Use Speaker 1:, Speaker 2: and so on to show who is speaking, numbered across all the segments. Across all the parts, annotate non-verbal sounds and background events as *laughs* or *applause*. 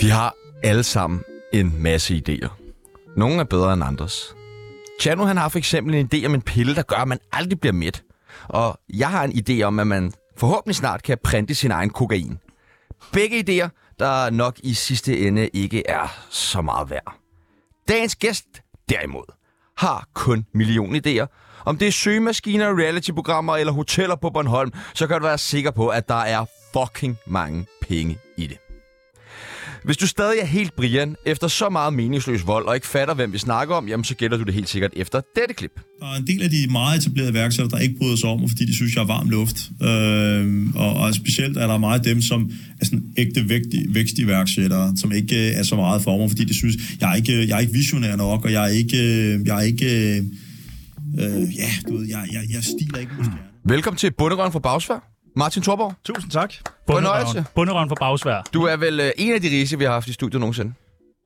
Speaker 1: De har alle sammen en masse idéer. Nogle er bedre end andres. Chano han har for eksempel en idé om en pille, der gør, at man aldrig bliver mæt. Og jeg har en idé om, at man forhåbentlig snart kan printe sin egen kokain. Begge idéer, der nok i sidste ende ikke er så meget værd. Dagens gæst, derimod, har kun million idéer. Om det er søgemaskiner, reality-programmer eller hoteller på Bornholm, så kan du være sikker på, at der er fucking mange penge i det. Hvis du stadig er helt Brian efter så meget meningsløs vold og ikke fatter, hvem vi snakker om, jamen så gætter du det helt sikkert efter dette klip.
Speaker 2: Der er en del af de meget etablerede værksætter, der ikke bryder sig om, mig, fordi de synes, jeg er varm luft. Øh, og, og specielt er der meget af dem, som er sådan ægte vægtige, vækstiværksættere, som ikke øh, er så meget for mig, fordi de synes, jeg er ikke, øh, jeg er ikke visionær nok, og jeg er ikke... øh, Jeg er ikke øh, øh, ja, du ved, jeg, jeg, jeg stiler ikke mod stjerner.
Speaker 1: Velkommen til Bundegrøn fra Bagsvær. Martin Thorborg,
Speaker 3: Tusind tak.
Speaker 1: fornøjelse.
Speaker 4: Bunderøven for bagsvær.
Speaker 1: Du er vel øh, en af de rigeste, vi har haft i studiet nogensinde.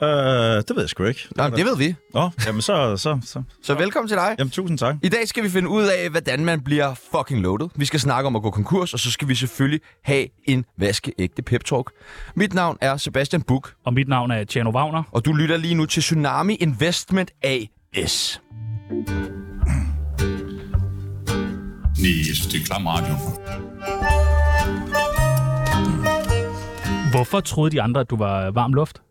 Speaker 3: Øh, det ved jeg sgu ikke.
Speaker 1: Jamen, det ved vi.
Speaker 3: Nå, jamen så, så, så.
Speaker 1: Så velkommen til dig.
Speaker 3: Jamen, tusind tak.
Speaker 1: I dag skal vi finde ud af, hvordan man bliver fucking loaded. Vi skal snakke om at gå konkurs, og så skal vi selvfølgelig have en vaskeægte pep-talk. Mit navn er Sebastian Buch,
Speaker 4: Og mit navn er Tjerno Wagner.
Speaker 1: og du lytter lige nu til Tsunami Investment AS.
Speaker 5: Nej, jeg synes, det er klam radio.
Speaker 4: Hvorfor troede de andre, at du var varm luft?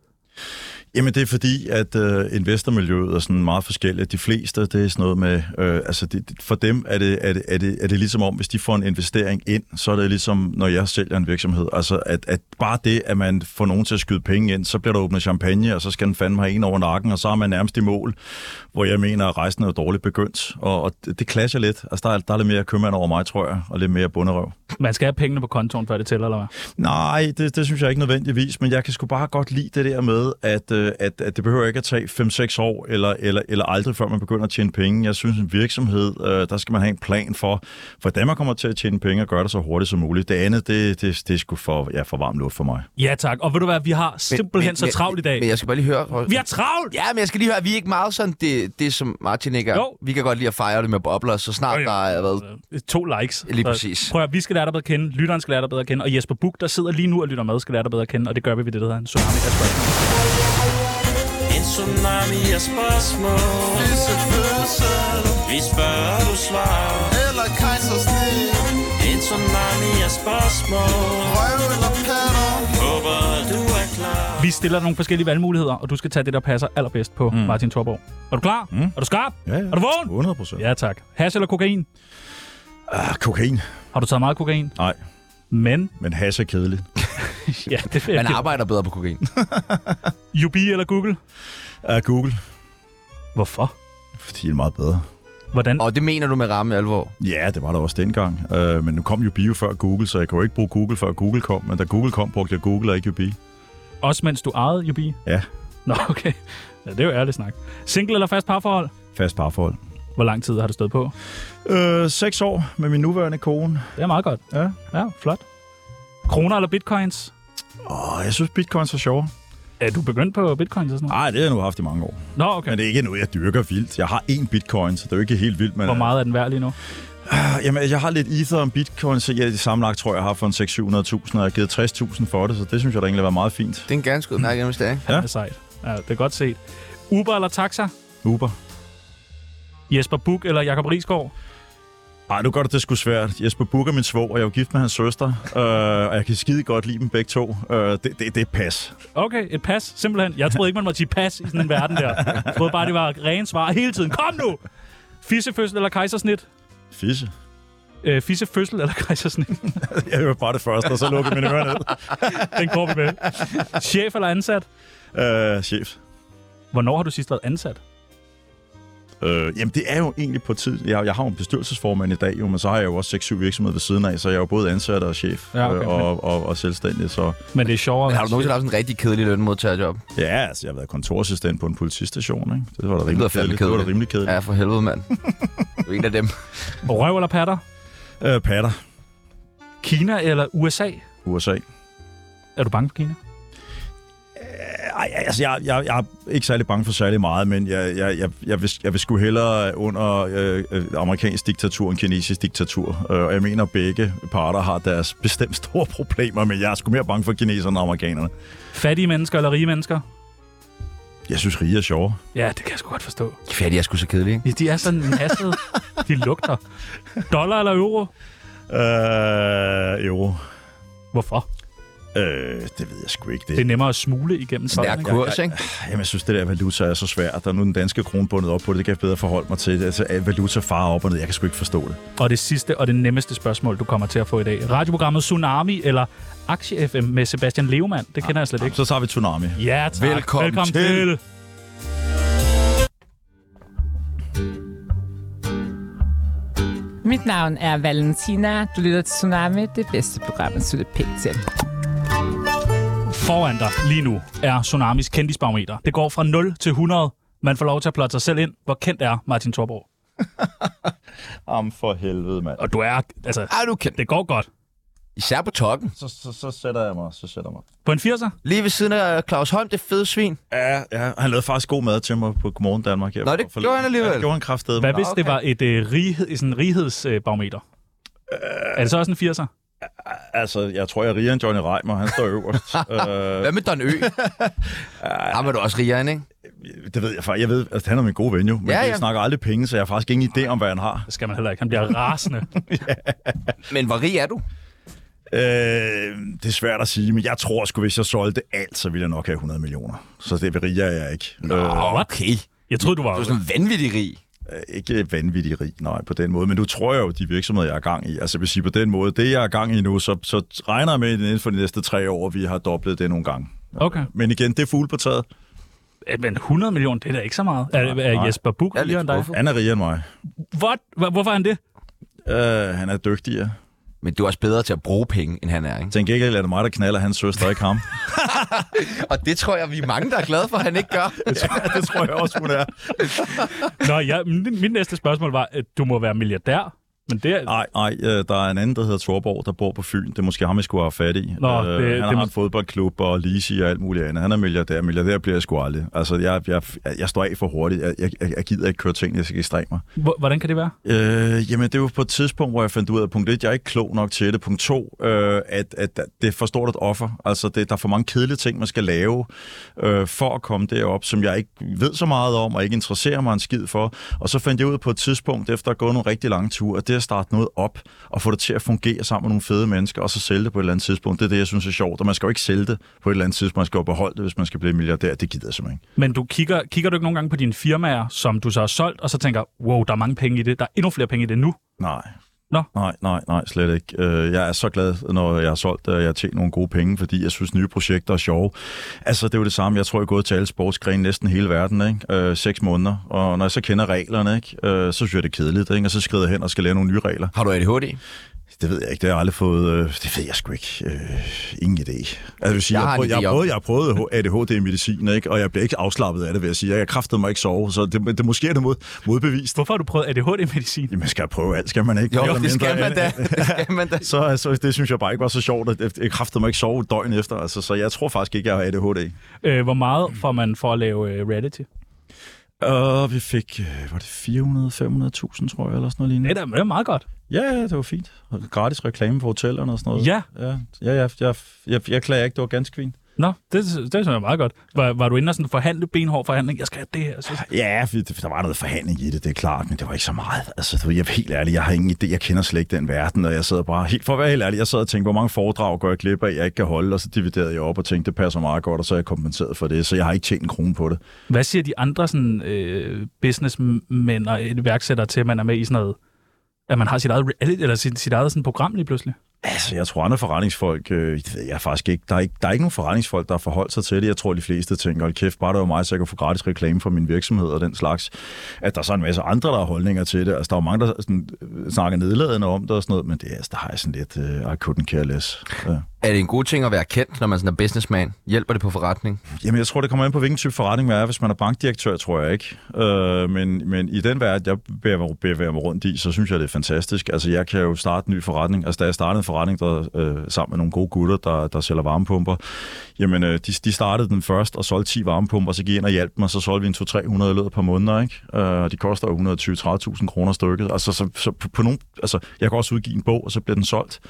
Speaker 3: Jamen, det er fordi, at øh, investormiljøet er sådan meget forskelligt. De fleste, det er sådan noget med... Øh, altså, det, det- for dem er det, er, det, er, det, er det ligesom om, hvis de får en investering ind, så er det ligesom, når jeg sælger en virksomhed. Altså, at, at bare det, at man får nogen til at skyde penge ind, så bliver der åbnet champagne, og så skal den fandme have en over nakken, og så er man nærmest i mål, hvor jeg mener, at rejsen er jo dårligt begyndt. Og, og det, det clasher lidt. Altså, der er, der er lidt mere købmand over mig, tror jeg, og lidt mere bunderøv.
Speaker 4: Man skal have pengene på kontoen, før det tæller, eller hvad?
Speaker 3: Nej, det, det synes jeg ikke nødvendigvis, men jeg kan sgu bare godt lide det der med, at, øh, at, at det behøver ikke at tage 5-6 år eller, eller, eller aldrig, før man begynder at tjene penge. Jeg synes, en virksomhed, øh, der skal man have en plan for, hvordan man kommer til at tjene penge og gøre det så hurtigt som muligt. Det andet, det, det, det er sgu for, ja, for varm luft for mig.
Speaker 4: Ja tak. Og ved du hvad, vi har simpelthen men, så travlt i dag.
Speaker 1: Men jeg skal bare lige høre...
Speaker 4: vi har travlt!
Speaker 1: Ja, men jeg skal lige høre, vi er ikke meget sådan det, det som Martin ikke er.
Speaker 4: Jo.
Speaker 1: Vi kan godt lide at fejre det med bobler, så snart
Speaker 4: Jo, jo.
Speaker 1: der er været...
Speaker 4: Øh, To likes.
Speaker 1: Lige
Speaker 4: Så
Speaker 1: præcis.
Speaker 4: Prøv at, høre, vi skal lære dig bedre at kende, lytteren skal lære dig bedre at kende, og Jesper Buch, der sidder lige nu og lytter med, skal lære dig bedre at kende, og det gør vi ved det, der hedder en tsunami af spørgsmål.
Speaker 6: En tsunami af spørgsmål Vi spørger, du svarer
Speaker 7: Eller kejsersnit
Speaker 6: En tsunami af spørgsmål
Speaker 7: Røv eller patter
Speaker 6: Håber, du er klar
Speaker 4: Vi stiller dig nogle forskellige valgmuligheder, og du skal tage det, der passer allerbedst på mm. Martin Thorborg. Er du klar? Mm. Er du skarp?
Speaker 3: Ja, ja.
Speaker 4: Er du vågen?
Speaker 3: 100 procent. Ja.
Speaker 4: Ja tak. Hash eller kokain?
Speaker 3: Ah, kokain?
Speaker 4: Har du taget meget kokain?
Speaker 3: Nej,
Speaker 4: Men,
Speaker 3: men hash er kedeligt.
Speaker 4: ja, det er
Speaker 1: Man arbejder bedre på kokain.
Speaker 4: Jubi eller Google?
Speaker 3: Ah, Google?
Speaker 4: Hvorfor?
Speaker 3: Fordi det er meget bedre.
Speaker 4: Hvordan?
Speaker 1: Og det mener du med ramme alvor.
Speaker 3: Ja, det var der også dengang. Uh, men nu kom jo Bio før Google, så jeg kunne jo ikke bruge Google, før Google kom. Men da Google kom, brugte jeg Google og ikke Ubi.
Speaker 4: Også mens du ejede Jubi?
Speaker 3: Ja,
Speaker 4: Nå, okay. Ja, det er jo ærligt snak. Single eller fast parforhold?
Speaker 3: fast parforhold.
Speaker 4: Hvor lang tid har du stået på?
Speaker 3: Øh, seks år med min nuværende kone.
Speaker 4: Det er meget godt.
Speaker 3: Ja.
Speaker 4: Ja, flot. Kroner eller bitcoins?
Speaker 3: Åh, jeg synes, bitcoins er sjovere.
Speaker 4: Er du begyndt på bitcoins og sådan noget?
Speaker 3: Nej, det har jeg nu haft i mange år.
Speaker 4: Nå, okay.
Speaker 3: Men det er ikke noget, jeg dyrker vildt. Jeg har én bitcoin, så det er jo ikke helt vildt. Men,
Speaker 4: Hvor meget er den værd lige nu?
Speaker 3: Øh, Jamen, jeg har lidt ether om bitcoin, så jeg det sammenlagt tror jeg, jeg har for en 600-700.000, og jeg har givet 60.000 for det, så det synes jeg da egentlig var meget fint.
Speaker 1: Det er en ganske udmærket investering.
Speaker 4: Ja. Det er sejt. Ja, det er godt set. Uber eller taxa?
Speaker 3: Uber.
Speaker 4: Jesper Buch eller Jakob Risgaard?
Speaker 3: Ej, nu gør det det sgu svært. Jesper Buch er min svog, og jeg er jo gift med hans søster, øh, og jeg kan skide godt lide dem begge to. Øh, det, det, det er pas.
Speaker 4: Okay, et pas, simpelthen. Jeg troede ikke, man måtte sige pas i sådan en verden der. Jeg troede bare, det var rene svar hele tiden. Kom nu! Fissefødsel eller kejsersnit?
Speaker 3: Fisse. *laughs*
Speaker 4: Øh, fissefødsel eller kejsersnit?
Speaker 3: Jeg hører bare det første, og så lukker mine ører ned.
Speaker 4: Den går vi med. Chef eller ansat?
Speaker 3: Øh, chef.
Speaker 4: Hvornår har du sidst været ansat?
Speaker 3: Øh, jamen, det er jo egentlig på tid. Jeg, jeg har jo en bestyrelsesformand i dag, jo, men så har jeg jo også 6-7 virksomheder ved siden af, så jeg er jo både ansat og chef
Speaker 4: Ja,
Speaker 3: ja,
Speaker 4: okay,
Speaker 3: okay, øh, og, og, og selvstændig. Så
Speaker 4: Men det er sjovere.
Speaker 1: Men har du nogensinde haft sådan en rigtig kedelig lønmodtagerjob?
Speaker 3: ja, altså, jeg har været kontorassistent på en politistation, ikke? Det var da rimelig
Speaker 1: lyder fandme
Speaker 3: kedeligt. Det var da
Speaker 1: kedeligt.
Speaker 3: rimelig kedeligt.
Speaker 1: Ja, for helvede, mand. *laughs* Du er en af dem.
Speaker 4: Røv eller patter?
Speaker 3: Ja. Øh, patter,
Speaker 4: Kina eller USA?
Speaker 3: USA.
Speaker 4: Er du bange for Kina?
Speaker 3: ej, altså, jeg, jeg, jeg er ikke særlig bange for særlig meget, men jeg, jeg, jeg, jeg, vil, jeg vil sgu hellere under øh, øh, amerikansk diktatur end kinesisk diktatur. Øh, og jeg mener, at begge parter har deres bestemt store *laughs* problemer, men jeg er sgu mere bange for kineserne end amerikanerne.
Speaker 4: Fattige mennesker eller rige mennesker?
Speaker 3: Jeg synes, rige er sjovere.
Speaker 4: Ja, det kan jeg sgu godt forstå.
Speaker 1: Fattig er sgu så kedelig, ikke?
Speaker 4: Ja, De er sådan nassede. De lugter. Dollar eller euro?
Speaker 3: Øh, euro.
Speaker 4: Hvorfor?
Speaker 3: Øh, det ved jeg sgu ikke.
Speaker 4: Det er nemmere at smule igennem
Speaker 1: Stærk
Speaker 4: tolden, ikke?
Speaker 1: kurs, ikke?
Speaker 3: Jamen, jeg synes, det der valuta er så svært. Der er nu den danske krone bundet op på det. Det kan jeg bedre forholde mig til. Altså, at valuta farer op og ned. Jeg kan sgu ikke forstå det.
Speaker 4: Og det sidste og det nemmeste spørgsmål, du kommer til at få i dag. Radioprogrammet Tsunami eller Aktie FM med Sebastian Levemand. Det kender jeg slet ikke.
Speaker 3: Så tager vi tsunami.
Speaker 4: Ja, tak.
Speaker 1: Velkommen til.
Speaker 8: Mit navn er Valentina. Du lytter til Tsunami, det bedste program, at slutte pænt til.
Speaker 4: Foran dig lige nu er Tsunamis kendisbarometer. Det går fra 0 til 100. Man får lov til at plotte sig selv ind. Hvor kendt er Martin Thorborg?
Speaker 3: Am for helvede, mand.
Speaker 4: Og du er... Altså,
Speaker 1: Ej, du kan...
Speaker 4: det går godt.
Speaker 1: Især på tokken.
Speaker 3: Så, så, så sætter jeg mig. Så sætter jeg mig.
Speaker 4: På en 80'er?
Speaker 1: Lige ved siden af Claus Holm, det fede svin.
Speaker 3: Ja, ja, han lavede faktisk god mad til mig på Godmorgen Danmark. Jeg
Speaker 1: Nå, det gjorde han alligevel.
Speaker 3: Ja, det gjorde han kraftedeme.
Speaker 4: Hvad hvis
Speaker 1: okay.
Speaker 4: det var et øh, righed, sådan en righedsbarometer? Øh, er det så også en 80'er?
Speaker 3: Altså, jeg tror, jeg er rigere end Johnny Reimer. Han står
Speaker 1: *laughs*
Speaker 3: øverst. øh,
Speaker 1: Hvad med Don *laughs* Ø? Ham er du også rigere end, ikke?
Speaker 3: det ved jeg faktisk. Jeg ved, at altså, han er min gode ven jo. Men
Speaker 1: Ja,
Speaker 3: ja, ja.
Speaker 1: ja.
Speaker 3: jeg snakker aldrig penge, så jeg har faktisk ingen idé om, hvad han har.
Speaker 4: Det skal man heller ikke.
Speaker 1: *laughs*
Speaker 4: Han bliver rasende.
Speaker 1: Men hvor rig er du?
Speaker 3: Øh, det er svært at sige, men jeg tror sgu, hvis jeg solgte alt, så ville jeg nok have 100 millioner. Så det er rigere jeg ikke. Øh,
Speaker 4: What?
Speaker 1: Okay.
Speaker 4: Jeg troede, du var...
Speaker 1: Du er sådan vanvittig rig.
Speaker 3: ikke vanvittig rig, nej, på den måde. Men nu tror jeg jo, de virksomheder, jeg er gang i, altså jeg vil sige på den måde, det jeg er gang i nu, så, så regner jeg med at inden for de næste tre år, vi har doblet det nogle gange.
Speaker 4: Okay.
Speaker 3: Men igen, det er fugle på taget.
Speaker 4: Øh, Men 100 millioner, det er da ikke så meget. Er, er
Speaker 3: nej.
Speaker 4: Jesper Buch
Speaker 1: Jeg er
Speaker 4: rigere end
Speaker 1: lidt
Speaker 4: dig?
Speaker 1: skuffet.
Speaker 3: Han er rigere end mig.
Speaker 4: What? Hva- Hvorfor er han det?
Speaker 3: Øh, han er dygtigere.
Speaker 1: Men du er også bedre til at bruge penge, end han er, ikke?
Speaker 3: Tænk ikke, at det er mig, der knaller hans søster, ikke ham. *laughs*
Speaker 1: Og det tror jeg, vi er mange, der er glade for, at han ikke gør.
Speaker 3: ja, det tror jeg også, hun er.
Speaker 4: Nå, ja, min, min næste spørgsmål var, at du må være milliardær. Men det
Speaker 1: Ah.
Speaker 4: er...
Speaker 3: Nej, nej, øh, der er en anden, der hedder Torborg, der bor på Fyn. Det er måske ham, jeg skulle have fat i.
Speaker 4: Nå,
Speaker 3: Øh,
Speaker 4: det-
Speaker 3: han
Speaker 4: det
Speaker 3: har
Speaker 4: må-
Speaker 3: en fodboldklub og leasing og alt muligt andet. Han er milliardær. Milliardær bliver jeg sgu aldrig. Altså, jeg, jeg, jeg står af for hurtigt. Jeg, jeg, jeg gider ikke køre ting, jeg skal ekstreme mig.
Speaker 4: Hvor- Hvordan kan det være?
Speaker 3: Øh, jamen, det var på et tidspunkt, hvor jeg fandt ud af, punkt 1, jeg er ikke klog nok til det. Punkt 2, øh, at, at det er for stort et offer. Altså, det, der er for mange kedelige ting, man skal lave øh, for at komme derop, som jeg ikke ved så meget om, og ikke interesserer mig en skid for. Og så fandt jeg ud på et tidspunkt, efter at have gået nogle rigtig lange ture, at det at starte noget op, og få det til at fungere sammen med nogle fede mennesker, og så sælge det på et eller andet tidspunkt, det er det, jeg synes er sjovt. Og man skal jo ikke sælge det på et eller andet tidspunkt. Man skal jo beholde det, hvis man skal blive milliardær. Det gider jeg simpelthen ikke.
Speaker 4: Men du kigger, kigger du ikke nogle gange på dine firmaer, som du så har solgt, og så tænker, wow, der er mange penge i det. Der er endnu flere penge i det nu.
Speaker 3: Nej.
Speaker 4: Nå.
Speaker 3: Nej, nej, nej, slet ikke. Øh, Jeg er så glad, når jeg har solgt, at jeg har tjent nogle gode penge, fordi jeg synes, nye projekter er sjove. Altså, det er jo det samme. Jeg tror, jeg er gået til alle sportsgrene næsten hele verden, ikke? Øh, seks måneder. Og når jeg så kender reglerne, ikke? Øh, så synes jeg, det er kedeligt, ikke? Og så skrider jeg hen og skal lave nogle nye regler.
Speaker 1: Har du ADHD?
Speaker 3: Det ved jeg ikke. Det har jeg aldrig fået... Øh, det ved jeg sgu ikke. Øh, ingen idé. Altså, jeg, vil sige,
Speaker 1: Jeg
Speaker 3: jeg,
Speaker 1: har
Speaker 3: har
Speaker 1: en
Speaker 3: prøvet, jeg,
Speaker 1: idé
Speaker 3: har
Speaker 1: om
Speaker 3: prøvet, jeg har prøvet ADHD-medicin, ikke? Og jeg bliver ikke afslappet af det, vil jeg sige. Jeg kræftede mig ikke sove, så det, det måske er det mod, modbevist.
Speaker 4: Hvorfor har du prøvet ADHD-medicin?
Speaker 3: Jamen, skal jeg prøve alt? Skal man ikke?
Speaker 1: Jo,
Speaker 3: Mere
Speaker 1: det
Speaker 3: eller
Speaker 1: skal
Speaker 3: mindre,
Speaker 1: man
Speaker 3: *laughs*
Speaker 1: da. Det skal man da.
Speaker 3: så altså, det synes jeg bare ikke var så sjovt, at jeg- jeg kræftede mig ikke sove et døgn efter. Altså, så jeg tror faktisk ikke, jeg har ADHD.
Speaker 4: Øh, hvor meget får man for at lave øh, reality?
Speaker 3: Og vi fik, øh, var det 400-500.000, tror jeg, eller sådan noget
Speaker 4: Det er,
Speaker 3: lignende.
Speaker 4: da, det er meget godt.
Speaker 3: Ja, ja, det var fint. Og Gratis reklame på hotellerne og sådan noget.
Speaker 4: Ja.
Speaker 3: Ja, ja, ja jeg, jeg, jeg klager ikke, det var ganske fint.
Speaker 4: Nå, det, det synes jeg er meget godt. Var, var du inde og sådan forhandle benhård forhandling? Jeg skal have det her. Så...
Speaker 3: Ja, fordi det- der var noget forhandling i det, det er klart, men det var ikke så meget. Altså, du ved, jeg er helt ærlig, jeg har ingen idé, jeg kender slet ikke den verden, og jeg sad bare, helt for at være helt ærlig, jeg sad og tænkte, hvor mange foredrag går jeg glip af, jeg ikke kan holde, og så dividerede jeg op og tænkte, det passer meget godt, og så er jeg kompenseret for det, så jeg har ikke tjent en krone på det.
Speaker 4: Hvad siger de andre sådan, øh, businessmænd og iværksættere til, at man er med i sådan noget? At man har sit eget, reality, eller sit, sit eget sådan program lige pludselig?
Speaker 3: Altså, jeg tror, andre forretningsfolk, øh, det ved jeg faktisk ikke, der er ikke, der er ikke nogen forretningsfolk, der har forholdt sig til det. Jeg tror, de fleste tænker, hold kæft, bare det var mig, så jeg kan få gratis reklame fra min virksomhed og den slags. At der er så en masse andre, der har holdninger til det. Altså, der er jo mange, der sådan, øh, snakker nedladende om det og sådan noget, men det, er- altså, der har jeg sådan lidt, øh, I couldn't care less. Ja.
Speaker 1: Er det en god ting at være kendt, når man sådan er businessman? Hjælper det på forretning?
Speaker 3: Jamen, jeg tror, det kommer ind på, hvilken type forretning man er. Hvis man er bankdirektør, tror jeg ikke. Øh, men, men i den verden, jeg bevæger mig, bevæger mig rundt i, så synes jeg, det er fantastisk. Altså, jeg kan jo starte en ny forretning. Altså, da jeg startede en forretning der, øh, sammen med nogle gode gutter, der, der sælger varmepumper, jamen, øh, de, de startede den først og solgte 10 varmepumper, så gik jeg ind og hjalp dem, og så solgte vi en 200-300 i løbet af et par måneder, ikke? Øh, de koster jo 120-30.000 kroner stykket. Altså, så, så på, på nogle, altså, jeg kan også udgive en bog, og så bliver den solgt.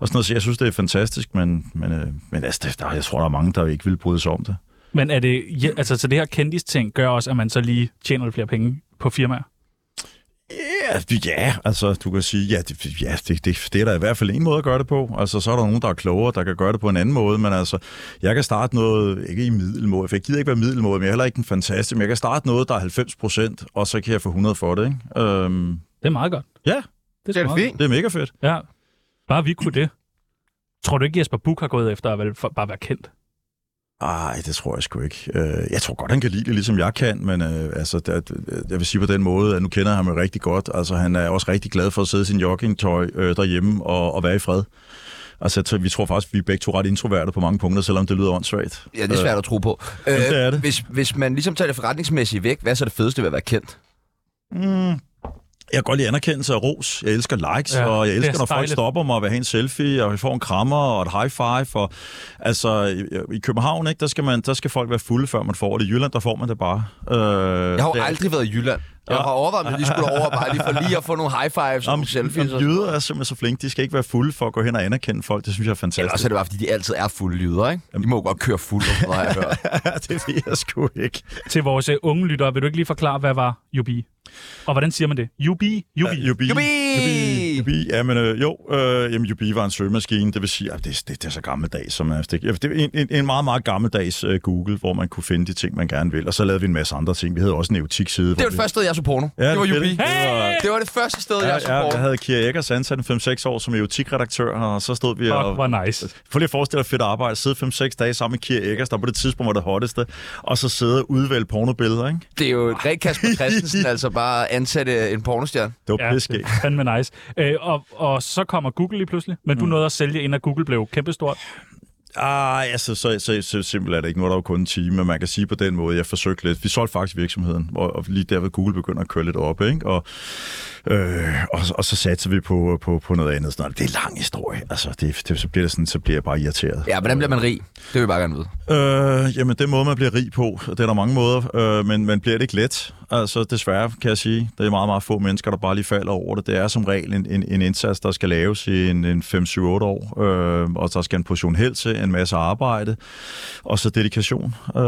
Speaker 3: Og sådan noget, så jeg synes, det er fantastisk, men, men, øh, men altså, det- der, jeg tror, der er mange, der ikke vil bryde sig om det.
Speaker 4: Men er det, ja, altså, så det her kendis-ting gør også, at man så lige tjener lidt flere penge på firmaer?
Speaker 3: Ja, det- ja, altså du kan sige, ja, det, ja det, det, det er der i hvert fald en måde at gøre det på. Altså så er der nogen, der er klogere, der kan gøre det på en anden måde, men altså, jeg kan starte noget, ikke i middelmåde, for jeg gider ikke være middelmåde, men jeg er heller ikke den fantastiske, men jeg kan starte noget, der er 90 procent, og så kan jeg få 100 for det, ikke? Øhm,
Speaker 4: Det er meget godt.
Speaker 3: ja,
Speaker 4: Det er, sgu meget
Speaker 3: det er mega fedt.
Speaker 4: godt. Ja. Bare vi kunne det. Tror du ikke, Jesper Buch har gået efter at være- for bare være kendt?
Speaker 3: Ej, det tror jeg sgu ikke. Øh, Jeg tror godt, han kan lide det, ligesom jeg kan, men øh, altså, der, jeg vil sige på den måde, at nu kender jeg ham jo rigtig godt. Altså, han er også rigtig glad for at sidde i sin joggingtøj øh, derhjemme og, og være i fred. Altså, jeg tror- vi tror faktisk, vi er begge to ret introverte på mange punkter, selvom det lyder åndssvagt.
Speaker 1: Ja, det er svært at tro på. Øh,
Speaker 3: det er det.
Speaker 1: Hvis, hvis man ligesom tager det forretningsmæssigt væk, hvad er så det fedeste ved at være kendt?
Speaker 3: Jeg kan godt lide anerkendelse og ros. Jeg elsker likes,
Speaker 4: Ja,
Speaker 3: ja, og jeg
Speaker 4: det er
Speaker 3: elsker, når
Speaker 4: så
Speaker 3: folk
Speaker 4: dejligt.
Speaker 3: stopper mig og vil have en selfie, og vi får en krammer og et high five. Og, altså, i, i København, ikke, der, skal man, der skal folk være fulde, før man får det. I Jylland, der får man det bare. Øh,
Speaker 1: Jeg har
Speaker 3: det
Speaker 1: jo
Speaker 3: er-
Speaker 1: aldrig været i Jylland. Jeg har overvejet, at de skulle over bare lige for lige at få nogle high fives og
Speaker 3: Om,
Speaker 1: nogle selfies.
Speaker 3: om
Speaker 1: Og...
Speaker 3: jyder er simpelthen så flinke. De skal ikke være fulde for at gå hen og anerkende folk. Det synes jeg er
Speaker 1: Eller også
Speaker 3: fantastisk.
Speaker 1: er det bare, fordi de altid er fulde lyder, ikke? De må jo godt køre fuld, og sådan noget, har
Speaker 3: *laughs*
Speaker 1: jeg hørt.
Speaker 3: det ved jeg sgu ikke.
Speaker 4: Til vores øh, unge lyttere, vil du ikke lige forklare, hvad var Jubi? Og hvordan siger man det? Jubi? Jubi?
Speaker 3: Jubi. Jubi. Jubi. Jubi. Jamen, øh, jo, øh, jamen, Jubi var en søgemaskine. Det vil sige, at det, det, det er så gammeldags, som er. Det, ja, det er en, en, en meget, meget gammeldags øh, Google, hvor man kunne finde de ting, man gerne vil. Og så lavede vi en masse andre ting. Vi havde også en erotik-side.
Speaker 1: Det var det første sted, jeg så porno.
Speaker 3: Ja,
Speaker 1: det var
Speaker 3: det er
Speaker 1: Jubi.
Speaker 3: det. Hey!
Speaker 1: Det var det første sted,
Speaker 3: Ja,
Speaker 1: jeg så
Speaker 3: ja, jeg
Speaker 1: porno.
Speaker 3: havde Kira Eggers ansat en 5-6 år som erotikredaktør, og så stod vi
Speaker 4: Fuck,
Speaker 3: og...
Speaker 4: hvor nice.
Speaker 3: Prøv lige at forestille dig fedt arbejde. Sidde 5-6 dage sammen med Kira Eggers, der på det tidspunkt var det hotteste, og så sidde og udvælge pornobilleder, ikke?
Speaker 1: Det er jo et rent Kasper Christensen, altså bare ansætte en pornostjerne.
Speaker 3: Det var ja,
Speaker 4: det er fandme nice. Øh, og, og så kommer Google lige pludselig, men
Speaker 3: Mm.
Speaker 4: du nåede at sælge, inden at Google blev kæmpestort.
Speaker 3: Ah, altså, så, så, så simpelt er det ikke. Nu er der jo kun en time, men man kan sige på den måde, jeg forsøgte lidt. Vi solgte faktisk virksomheden, og, og lige der ved Google begynder at køre lidt op, ikke? Og, øh, og, og så satser vi på, på, på noget andet. Sådan, noget. det er lang historie. Altså, det, det, så, bliver det sådan, så bliver jeg bare irriteret.
Speaker 1: Ja, hvordan bliver man rig? Det vil jeg bare gerne vide.
Speaker 3: Øh, jamen, den måde, man bliver rig på, det er der mange måder, øh, men man bliver det ikke let. Altså, desværre kan jeg sige, der er meget, meget få mennesker, der bare lige falder over det. Det er som regel en, en, en indsats, der skal laves i en, en 5-7-8 år, øh, og der skal en portion held til, en masse arbejde, og så dedikation. Øh,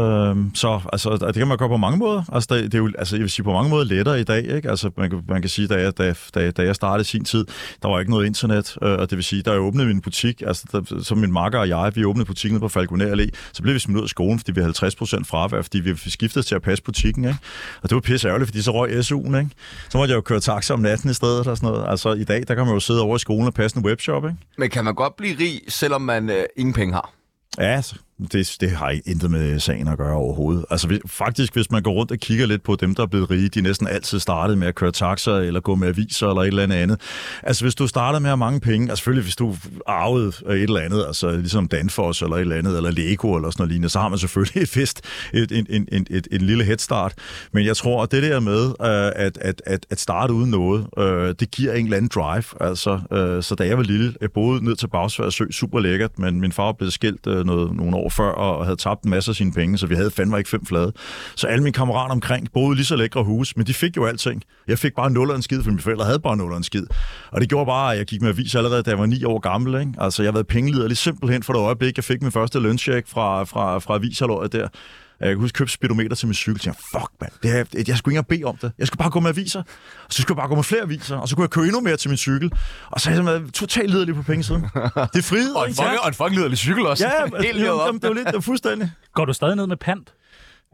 Speaker 3: så altså, og det kan man gøre på mange måder. Altså, det, det er jo, altså, jeg vil sige, på mange måder lettere i dag. Ikke? Altså, man, kan- man kan sige, da jeg, da, da, da jeg startede sin tid, der var ikke noget internet, øh, og det vil sige, da jeg åbnede min butik, altså, der, så min makker og jeg, vi åbnede butikken på Falconer Allé, så blev vi smidt ud af skolen, fordi vi havde 50% fravær, fordi vi skiftede til at passe butikken, ikke? Og det var pisse ærgerligt, fordi så røg SU'en, ikke? Så måtte jeg jo køre taxa om natten i stedet, og sådan noget. Altså, i dag, der kan man jo sidde over i skolen og passe en webshop, ikke?
Speaker 1: Men kan man godt blive rig, selvom man øh, ingen penge har?
Speaker 3: Ja, altså, det, det har ikke intet med sagen at gøre overhovedet. Altså hvis, faktisk, hvis man går rundt og kigger lidt på dem, der er blevet rige, de er næsten altid startede med at køre taxa, eller gå med aviser, eller et eller andet andet. Altså hvis du starter med at have mange penge, altså selvfølgelig hvis du arvede et eller andet, altså ligesom Danfoss, eller et eller andet, eller Lego, eller sådan noget lignende, så har man selvfølgelig et vist, et, en, en, en, et, en lille headstart. Men jeg tror, at det der med øh, at, at, at, at starte uden noget, øh, det giver en eller anden drive. Altså, øh, så da jeg var lille, jeg boede ned til Bagsvær Sø, super lækkert, men min far blev skilt øh, noget, nogle år før og havde tabt en masse af sine penge, så vi havde fandme ikke fem flade. Så alle mine kammerater omkring boede i lige så lækre hus, men de fik jo alting. Jeg fik bare nul og en skid, for mine forældre havde bare nul og en skid. Og det gjorde bare, at jeg gik med avis allerede, da jeg var ni år gammel. Ikke? Altså, jeg har været pengeliderlig simpelthen for det øjeblik, jeg fik min første løncheck fra, fra, fra avisalåret der. Jeg kan huske, jeg købte speedometer til min cykel. Så jeg, fuck mand, det her, jeg, jeg skulle ikke engang bede om det. Jeg skulle bare gå med aviser. Og så skulle jeg bare gå med flere aviser. Og så kunne jeg købe endnu mere til min cykel. Og så er jeg simpelthen totalt liderlig på pengesiden. Det er frihed, ikke? Ja,
Speaker 1: og en fucking liderlig cykel også.
Speaker 3: ja, altså,
Speaker 1: Helt
Speaker 3: jamen,
Speaker 4: øh,
Speaker 1: op.
Speaker 3: jamen, det var lidt det var fuldstændig.
Speaker 4: Går du stadig ned med pant?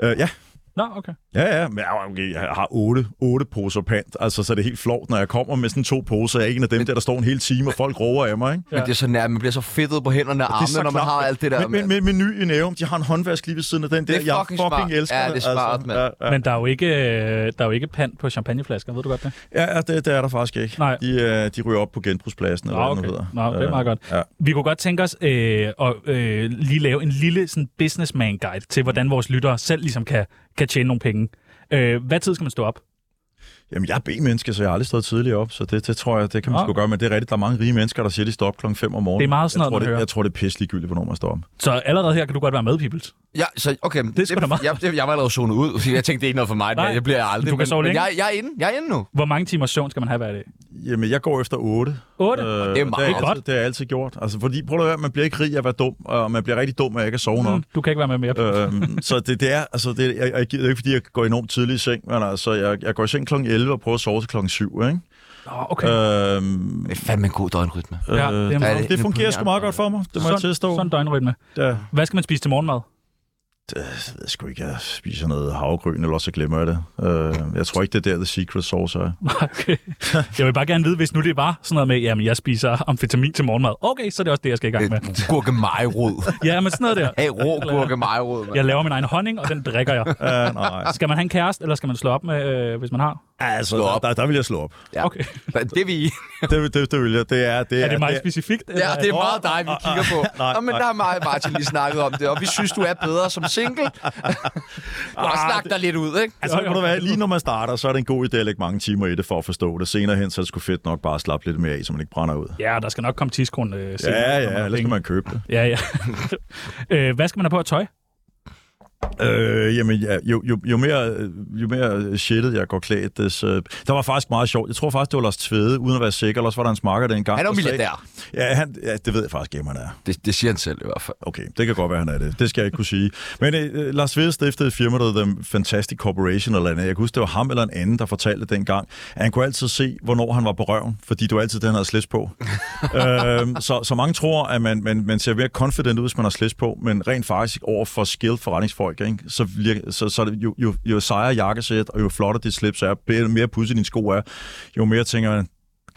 Speaker 3: Øh, ja,
Speaker 4: Nå, okay.
Speaker 3: Ja, ja, men jeg- okay, jeg har otte, otte poser pant, altså så er det helt flot, når jeg kommer med sådan to poser. Jeg er en af dem der, der står en hel time, og folk råber af mig, ikke?
Speaker 1: Men det er så nært, man bliver så fedtet på hænderne og
Speaker 3: Det er så
Speaker 1: armene, Ah, når man
Speaker 3: klart.
Speaker 1: har alt det der.
Speaker 3: Men, men, men menu i Nærum, de har en håndvask lige ved siden af den der.
Speaker 1: Det er
Speaker 3: jeg
Speaker 1: fucking
Speaker 3: fucking
Speaker 1: smart.
Speaker 3: elsker altså.
Speaker 1: Ja, det er smart, mand.
Speaker 3: ja, ja.
Speaker 4: Men der er jo ikke, øh, der er jo ikke pant på champagneflasker, ved du godt det?
Speaker 3: Ja, ja, det, det er der faktisk ikke.
Speaker 4: Nej.
Speaker 3: De, øh, de ryger op på genbrugspladsen, eller
Speaker 4: Nå,
Speaker 3: hvad
Speaker 4: okay.
Speaker 3: det nu hedder.
Speaker 4: Nå, det er
Speaker 3: Øh,
Speaker 4: meget godt.
Speaker 3: Ja.
Speaker 4: Vi kunne godt tænke os øh, at øh, lige lave en lille sådan businessman-guide til, hvordan vores lyttere selv ligesom kan, kan tjene nogle penge. Øh, hvad tid skal man stå op?
Speaker 3: Jamen, jeg er B-menneske, så jeg har aldrig stået tidligere op, så det, det tror jeg, det kan man
Speaker 4: Nå.
Speaker 3: sgu gøre, men det er rigtigt, der er mange rige mennesker, der siger, de står op klokken 5 om morgenen.
Speaker 4: Det er meget sådan
Speaker 3: jeg
Speaker 4: noget,
Speaker 3: tror,
Speaker 4: man
Speaker 3: det,
Speaker 4: hører.
Speaker 3: Jeg tror, det er pisse ligegyldigt, hvornår man står op.
Speaker 4: Så allerede her kan du godt være med, Peoples.
Speaker 1: Ja, så okay. men
Speaker 4: Det er sgu da meget.
Speaker 1: Jeg, det, jeg var allerede zonet ud, fordi jeg tænkte, det er ikke noget for mig. Nej,
Speaker 4: Nej,
Speaker 1: det bliver jeg aldrig.
Speaker 4: du kan
Speaker 1: men,
Speaker 4: sove
Speaker 1: men
Speaker 4: længe.
Speaker 1: jeg, jeg er inde. Jeg er inde nu.
Speaker 4: Hvor mange timers søvn skal man have hver dag?
Speaker 3: Jamen, jeg går efter 8.
Speaker 4: 8?
Speaker 3: Øh,
Speaker 4: Øh,
Speaker 3: og
Speaker 1: det er
Speaker 3: har
Speaker 1: meget
Speaker 3: jeg altid,
Speaker 4: godt.
Speaker 3: Det har jeg altid gjort. Altså, fordi, prøv at høre, man bliver ikke rig af at være dum, og man bliver rigtig dum af ikke at sove nok.
Speaker 4: mm, du kan ikke være med mere. Øh,
Speaker 3: øhm, så det, det er, altså, det, jeg, jeg, gider ikke, fordi jeg går enormt tidligt i seng, men altså, jeg, jeg går i seng kl. 11 og prøver at sove til kl. 7, ikke?
Speaker 4: okay. Øh,
Speaker 3: Øhm,
Speaker 1: Det er fandme en god døgnrytme.
Speaker 3: øh,
Speaker 4: Ja, det er meget-
Speaker 3: det, det fungerer sgu meget godt for mig, det må jeg
Speaker 4: sådan,
Speaker 3: tilstå.
Speaker 4: sådan døgnrytme.
Speaker 3: Ja.
Speaker 4: Hvad skal man spise til morgenmad? *laughs*
Speaker 3: Jeg ved sgu ikke, jeg spiser noget havgryn, eller også så glemmer jeg det. Øh, jeg tror ikke, det er der, The Secret Sauce er.
Speaker 4: Okay. Jeg vil bare gerne vide, hvis nu det var sådan noget med, jamen jeg spiser amfetamin til morgenmad. Okay, så er det også det, jeg skal i gang med.
Speaker 1: Øh, Gurkemejrod.
Speaker 4: Ja, men sådan
Speaker 3: *laughs*
Speaker 4: noget der.
Speaker 1: Hey, rå gurkemejrod, mand.
Speaker 4: Jeg laver min egen honning, og den drikker jeg.
Speaker 3: Ja,
Speaker 4: *laughs*
Speaker 3: nej.
Speaker 4: Altså, Skal man have en kæreste, eller skal man slå op med, øh, hvis man har?
Speaker 3: Altså,
Speaker 1: Slå op.
Speaker 3: Der, der, vil jeg slå op.
Speaker 1: Ja.
Speaker 4: Okay.
Speaker 1: Det er vi i.
Speaker 3: Det, det, det vil jeg. Det er, det
Speaker 4: Er det meget
Speaker 3: det,
Speaker 4: specifikt?
Speaker 1: Ja, det er meget dig, vi kigger på.
Speaker 3: nej,
Speaker 1: Nå, men
Speaker 3: nej.
Speaker 1: der har mig og Martin lige snakket om det, og vi synes, du er bedre som
Speaker 4: *laughs*
Speaker 1: single. Du har
Speaker 4: Ah,
Speaker 1: snakket dig lidt ud, ikke?
Speaker 3: Altså,
Speaker 4: Jo, jo.
Speaker 3: må du være, lige når man starter, så er det en god idé at lægge mange timer i det for at forstå det. Senere hen, så er det sgu fedt nok bare at slappe lidt mere af, så man ikke brænder ud.
Speaker 4: Ja, der skal nok komme tidskron. Øh, senere,
Speaker 3: Ja,
Speaker 4: når man
Speaker 3: ja,
Speaker 4: har
Speaker 3: ellers
Speaker 4: penge.
Speaker 3: kan man købe det.
Speaker 4: Ja, *laughs* ja. øh, hvad skal man have på at tøj?
Speaker 3: Øh, jamen, ja, jo, jo, jo, mere, jo mere shitet jeg går klædt, des, øh, der var faktisk meget sjovt. Jeg tror faktisk, det var Lars Tvede, uden at være sikker, ellers var der en smakker dengang.
Speaker 1: Han er jo
Speaker 3: der sagde-
Speaker 1: milliardær.
Speaker 3: Ja, han, ja, det ved jeg faktisk ikke, om han er.
Speaker 1: Det, det siger han selv i hvert fald.
Speaker 3: Okay, det kan godt være, han er det. Det skal jeg ikke kunne sige. Men øh, Lars Ved stiftede et firma, der hedder The Fantastic Corporation eller andet. Jeg kan huske, det var ham eller en anden, der fortalte dengang, at han kunne altid se, hvornår han var på røven, fordi du altid den, han havde slids
Speaker 4: *laughs*
Speaker 3: på. øhm, så, så mange tror, at man, man, man ser mere confident ud, hvis man har slids på, men rent faktisk over for skilled forretningsfolk, ikke? så, virker, så, så er det- jo, jo, jo sejere jakkesæt, og jo flottere dit slips er, jo mere pudsigt din sko er, jo mere tænker man,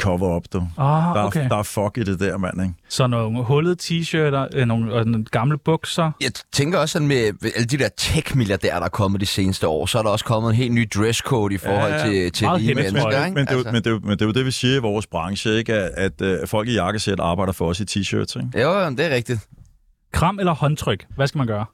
Speaker 3: cover up, du.
Speaker 4: Ah,
Speaker 3: Der,
Speaker 4: okay.
Speaker 3: er, der er fuck i det der, mand, ikke?
Speaker 4: Så nogle hullede t-shirter, øh, nogle, og nogle gamle bukser.
Speaker 1: Jeg tænker også, at med alle de der tech-milliardærer, der er kommet de seneste år, så er der også kommet en helt ny dresscode i forhold
Speaker 3: Ja,
Speaker 1: ja, til, til
Speaker 4: meget
Speaker 1: rige
Speaker 4: hemmelig,
Speaker 1: mennesker,
Speaker 4: tror jeg.
Speaker 1: ikke?
Speaker 3: Men det, er jo,
Speaker 1: Altså.
Speaker 3: men, det er jo, men det er jo det, vi siger i vores branche, ikke? At, at, at folk i jakkesæt arbejder for os i t-shirts. Ikke?
Speaker 1: Jo, jo, men det er rigtigt.
Speaker 4: Kram eller håndtryk? Hvad skal man gøre?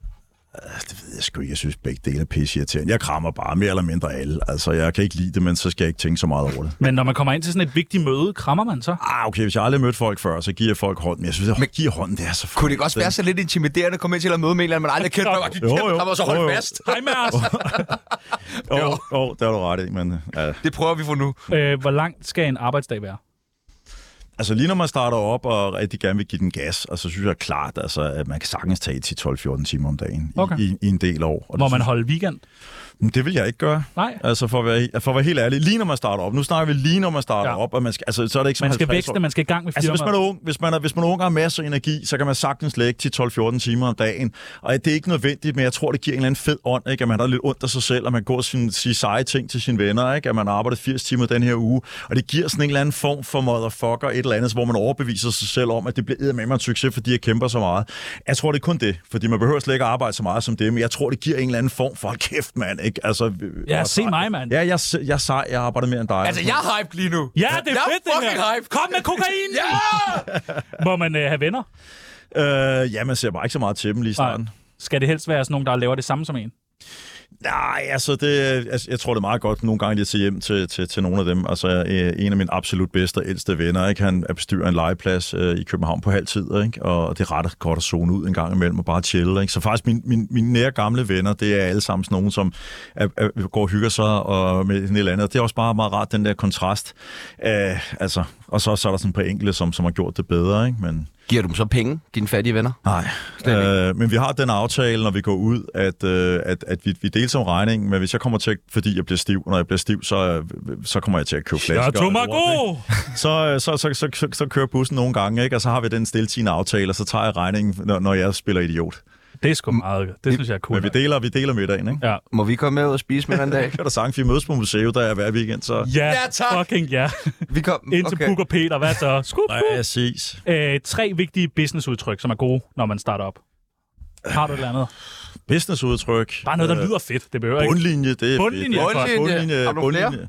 Speaker 3: Det ved jeg sgu ikke. Jeg synes begge dele er pisse irriterende. Jeg krammer bare mere eller mindre alle. Altså, jeg kan ikke lide det, men så skal jeg ikke tænke så meget over det.
Speaker 4: Men når man kommer ind til sådan et vigtigt møde, krammer man så?
Speaker 3: Ah, okay, hvis jeg aldrig har mødt folk før, så giver jeg folk hånden. Jeg synes, at men, giver hånden, det er så
Speaker 1: Kunne det ikke også være så lidt intimiderende at komme ind til at møde med en eller anden, man aldrig kender, og de
Speaker 3: Jo,
Speaker 1: kæmper,
Speaker 3: jo.
Speaker 1: der var så holdt
Speaker 3: Jo, jo.
Speaker 1: altså, fast.
Speaker 4: Hej med
Speaker 3: *laughs*
Speaker 4: os!
Speaker 3: Jo, oh, oh, det har du ret i, men... Uh,
Speaker 1: Det prøver vi for nu.
Speaker 4: øh, hvor langt skal en arbejdsdag være?
Speaker 3: altså, lige når man starter op og rigtig gerne vil give den gas, og så synes jeg klart, altså, at man kan sagtens tage 10-12-14 timer om dagen
Speaker 4: Okay.
Speaker 3: i, i, i, en del år. Og det
Speaker 4: Må
Speaker 3: synes
Speaker 4: man holde weekend?
Speaker 3: Men Det vil jeg ikke gøre.
Speaker 4: Nej.
Speaker 3: Altså for at være, for at være helt ærlig, lige når man starter op. Nu snakker vi lige når man starter
Speaker 4: Ja.
Speaker 3: ja. op, og man skal, altså, så er det ikke som
Speaker 4: Man skal
Speaker 3: 50
Speaker 4: vækste,
Speaker 3: år.
Speaker 4: man skal i gang med
Speaker 3: Altså,
Speaker 4: firmaet.
Speaker 3: hvis man, er ung, hvis, man er, hvis man er ung og har masser af energi, så kan man sagtens lægge 10-12-14 timer om dagen. Og det er ikke nødvendigt, men jeg tror, det giver en eller anden fed ånd, ikke? at man har lidt ondt af sig selv, og man går og sin, siger seje ting til sine venner, ikke? at man arbejder 80 timer den her uge. Og det giver sådan en eller anden form for motherfucker, et eller andet, hvor man overbeviser sig selv om, at det bliver med en succes, fordi jeg kæmper så meget. Jeg tror, det er kun det, fordi man behøver slet ikke at arbejde så meget som det, men jeg tror, det giver en eller anden form for, "Hold kæft, mand. Ikke? Altså,
Speaker 4: Ja,
Speaker 3: jeg-
Speaker 4: se mig, mand.
Speaker 3: Ja, jeg, er se- jeg er sej, jeg arbejder mere end dig.
Speaker 1: Altså, jeg er hype lige nu.
Speaker 4: Ja, det er
Speaker 1: jeg
Speaker 4: fedt,
Speaker 1: er
Speaker 4: det
Speaker 1: fucking
Speaker 4: her.
Speaker 1: hype.
Speaker 4: Kom med kokain!
Speaker 1: Ja!
Speaker 4: Må man øh, have venner?
Speaker 3: Øh, ja, man ser bare ikke så meget til dem lige i starten.
Speaker 4: Nej. Skal det helst være sådan nogen, der laver det samme som en?
Speaker 3: Nej, altså, det, altså, jeg tror, det er meget godt nogle gange lige at se hjem til, til, til nogle af dem. Altså, øh, en af mine absolut bedste og ældste venner, ikke? han er bestyrer en legeplads øh, i København på halv tid, ikke? og det er ret godt at zone ud en gang imellem og bare chille. Ikke? Så faktisk, min, min, mine nære gamle venner, det er alle sammen sådan nogen, som er, er, går og hygger sig og med en eller andet. Og det er også bare meget rart, den der kontrast. Øh, altså, og så, så er der sådan et par enkelte, som, som har gjort det bedre, ikke? men...
Speaker 1: Giver du dem så penge, dine fattige venner?
Speaker 3: Nej,
Speaker 1: Slet
Speaker 3: øh, men vi har den aftale, når vi går ud, at, øh, at, at vi, vi deles om regningen, men hvis jeg kommer til, at- fordi jeg bliver stiv, når jeg bliver stiv, så, øh, så kommer jeg til at købe flasker. og lort, ikke? Så, øh, så, så, så, så, så kører bussen nogle gange, ikke? og så har vi den stiltigende aftale, og så tager jeg regningen, når, når jeg spiller idiot.
Speaker 4: Det er sgu meget Det synes jeg er cool.
Speaker 3: Men vi deler, vi deler middagen, ikke?
Speaker 4: Ja.
Speaker 1: Må vi komme med ud og spise med den
Speaker 4: *laughs*
Speaker 1: dag?
Speaker 3: Kan du sagt, vi mødes på museet, der er hver weekend, så...
Speaker 4: Ja,
Speaker 1: Ja, tak.
Speaker 4: fucking ja.
Speaker 1: Vi kom,
Speaker 4: Ind til okay. Puk og Peter. Hvad så? Skub, skub.
Speaker 3: Præcis.
Speaker 4: Øh, tre vigtige businessudtryk, som er gode, når man starter op. Har du et eller andet?
Speaker 3: Businessudtryk.
Speaker 4: Bare noget, der
Speaker 3: Øh,
Speaker 4: lyder fedt. Det behøver ikke.
Speaker 3: Bundlinje, det er
Speaker 4: Bundlinje
Speaker 3: fedt.
Speaker 4: er godt.
Speaker 1: Bundlinje. Har du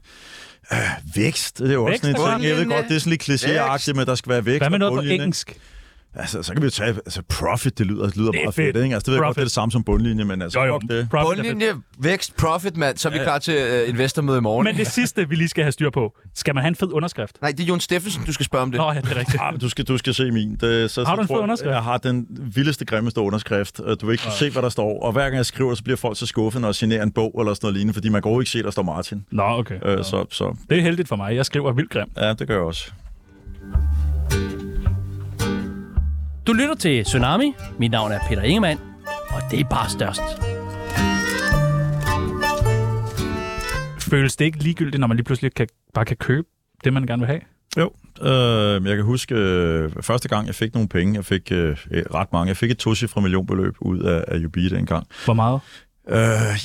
Speaker 3: Øh, vækst, det er jo
Speaker 4: Vækst
Speaker 3: også sådan
Speaker 4: er
Speaker 3: en ting. Jeg ved
Speaker 1: bundlinje.
Speaker 3: godt, det er sådan lidt klichéagtigt, men der skal være vækst
Speaker 4: Hvad med
Speaker 3: og
Speaker 4: noget på
Speaker 3: bundlinje, ikke?
Speaker 4: engelsk?
Speaker 3: Altså, så kan vi jo tage... Altså, profit, det lyder, det lyder
Speaker 4: Det er
Speaker 3: meget fedt,
Speaker 4: fedt.
Speaker 3: ikke? Altså, det ved jeg godt, det er
Speaker 4: Profit.
Speaker 3: det samme som bundlinje, men altså,
Speaker 4: Jo, jo.
Speaker 3: fuck det.
Speaker 4: Profit er fedt.
Speaker 1: Bundlinje, vækst, profit, mand. Så er vi klar til øh, investormøde i morgen.
Speaker 4: Men det sidste, vi lige skal have styr på. Skal man have en fed underskrift?
Speaker 1: Nej, det er Jon Steffensen, du skal spørge om det.
Speaker 4: Nå ja, det er rigtigt.
Speaker 3: Ah, men du skal, du skal se min. Det, så,
Speaker 4: Har du en
Speaker 3: tror
Speaker 4: fed
Speaker 3: jeg-
Speaker 4: underskrift?
Speaker 3: Jeg har den vildeste, grimmeste underskrift. Øh, Du vil ikke kunne se, hvad der står. Og hver gang jeg skriver, så bliver folk så skuffede, når jeg signerer en bog eller sådan noget lignende, fordi man kan jo ikke se, der står Martin.
Speaker 4: Nå, okay.
Speaker 3: Øh, så, så
Speaker 4: Det er heldigt for mig. Jeg skriver vildt grimt.
Speaker 3: ja, det gør jeg også.
Speaker 9: Du lytter til Tsunami. Mit navn er Peter Ingemann, og det er bare størst.
Speaker 4: Føles det ikke ligegyldigt, når man lige pludselig kan, bare kan købe det, man gerne vil have?
Speaker 3: Jo, øh, jeg kan huske øh, første gang, jeg fik nogle penge. Jeg fik øh, øh, ret mange. Jeg fik et tocifret millionbeløb ud af, af UB dengang.
Speaker 4: Hvor meget?
Speaker 3: Øh,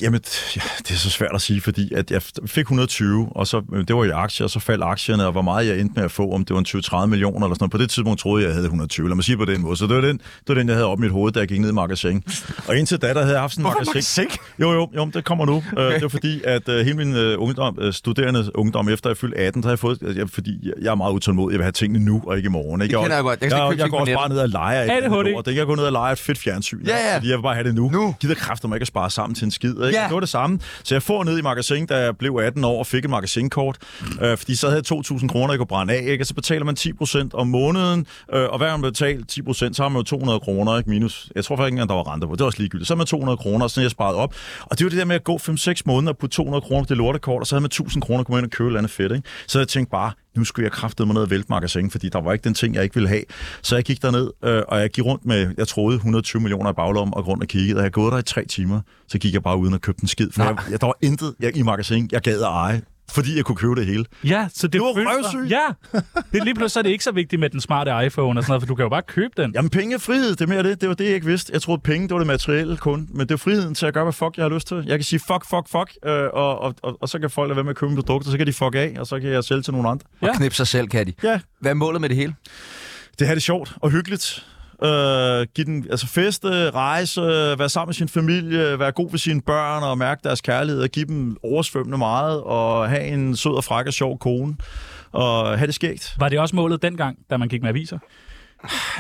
Speaker 3: jamen, t- ja, det er så svært at sige, fordi at jeg f- fik 120, og så, øh, det var i aktier, og så faldt aktierne, og hvor meget jeg endte med at få, om det var en 20-30 millioner eller sådan noget. På det tidspunkt troede jeg, jeg havde 120, lad mig sige på den måde. Så det var den, det var den jeg havde op i mit hoved, da jeg gik ned i magasin. Og indtil da, der havde jeg haft sådan en magasin. Jo, jo, jo, men det kommer nu. Okay. Øh, det var fordi, at øh, hele min øh, ungdom, øh, studerende ungdom, efter jeg fyldte 18, der har jeg fået, øh, jeg, fordi jeg- jeg er meget utålmodig, jeg vil have tingene nu og ikke i morgen. Ikke?
Speaker 1: Det kender
Speaker 3: Og-
Speaker 1: jeg godt. Jeg kan slet ikke
Speaker 3: jeg,
Speaker 1: købe
Speaker 3: jeg
Speaker 1: ting
Speaker 3: går
Speaker 1: på
Speaker 3: også bare ned og leger. et
Speaker 4: ADHD.
Speaker 3: eller andet lort, ikke? Jeg går ned og leger et fedt fjernsyn.
Speaker 1: Ja, ja.
Speaker 3: Fordi jeg vil bare have det nu.
Speaker 1: Nu.
Speaker 3: Gider kræfter mig ikke at spare sammen til en skid. Ikke?
Speaker 1: Ja.
Speaker 3: Det var det samme. Så jeg får ned i magasin, da jeg blev 18 år og fik et magasinkort. Øh, fordi så havde jeg 2.000 kroner, jeg kunne brænde af. Ikke? Og så betaler man 10% om måneden. Øh, og hver gang man betaler 10%, så har man jo 200 kroner. Ikke? Minus, jeg tror faktisk ikke engang, der var renter på. Det var også ligegyldigt. Så har man 200 kroner, og sådan jeg sparet op. Og det var det der med at gå 5-6 måneder og putte 200 kroner på det lortekort, og så havde man 1.000 kroner kunne man ind og købe et eller andet fedt. Ikke? Så jeg tænkte bare, nu skulle jeg kraftede mig ned og vælte magasin, fordi der var ikke den ting, jeg ikke ville have. Så jeg gik derned, øh, og jeg gik rundt med, jeg troede, 120 millioner i baglommen, og rundt og kiggede, og jeg havde gået der i tre timer, så gik jeg bare uden at købe en skid, for jeg, jeg, der var intet jeg, i magasin, jeg gad at eje, fordi jeg kunne købe det hele.
Speaker 4: Ja, så det,
Speaker 3: Det var
Speaker 4: føles-
Speaker 3: røvsygt.
Speaker 4: Ja, det er lige pludselig så er det ikke så vigtigt med den smarte iPhone og sådan noget, for du kan jo bare købe den.
Speaker 3: Jamen penge er frihed, det er mere det, det var det, jeg ikke vidste. Jeg troede, penge, det var det materielle kun, men det er friheden til at gøre, hvad fuck jeg har lyst til. Jeg kan sige fuck, fuck, fuck, øh, og, og, og, og, så kan folk lade være med at købe produkter, så kan de fuck af, og så kan jeg sælge til nogle andre.
Speaker 1: Og
Speaker 4: Ja.
Speaker 1: knip sig selv, kan de.
Speaker 3: Ja,
Speaker 1: Hvad er målet med det hele?
Speaker 3: det her det er sjovt og hyggeligt. Øh, give den, altså feste, rejse, øh, være sammen med sin familie, være god ved sine børn og mærke deres kærlighed og give dem oversvømmende meget og have en sød og frak og sjov kone og have det skægt.
Speaker 4: Var det også målet dengang, da man gik med aviser?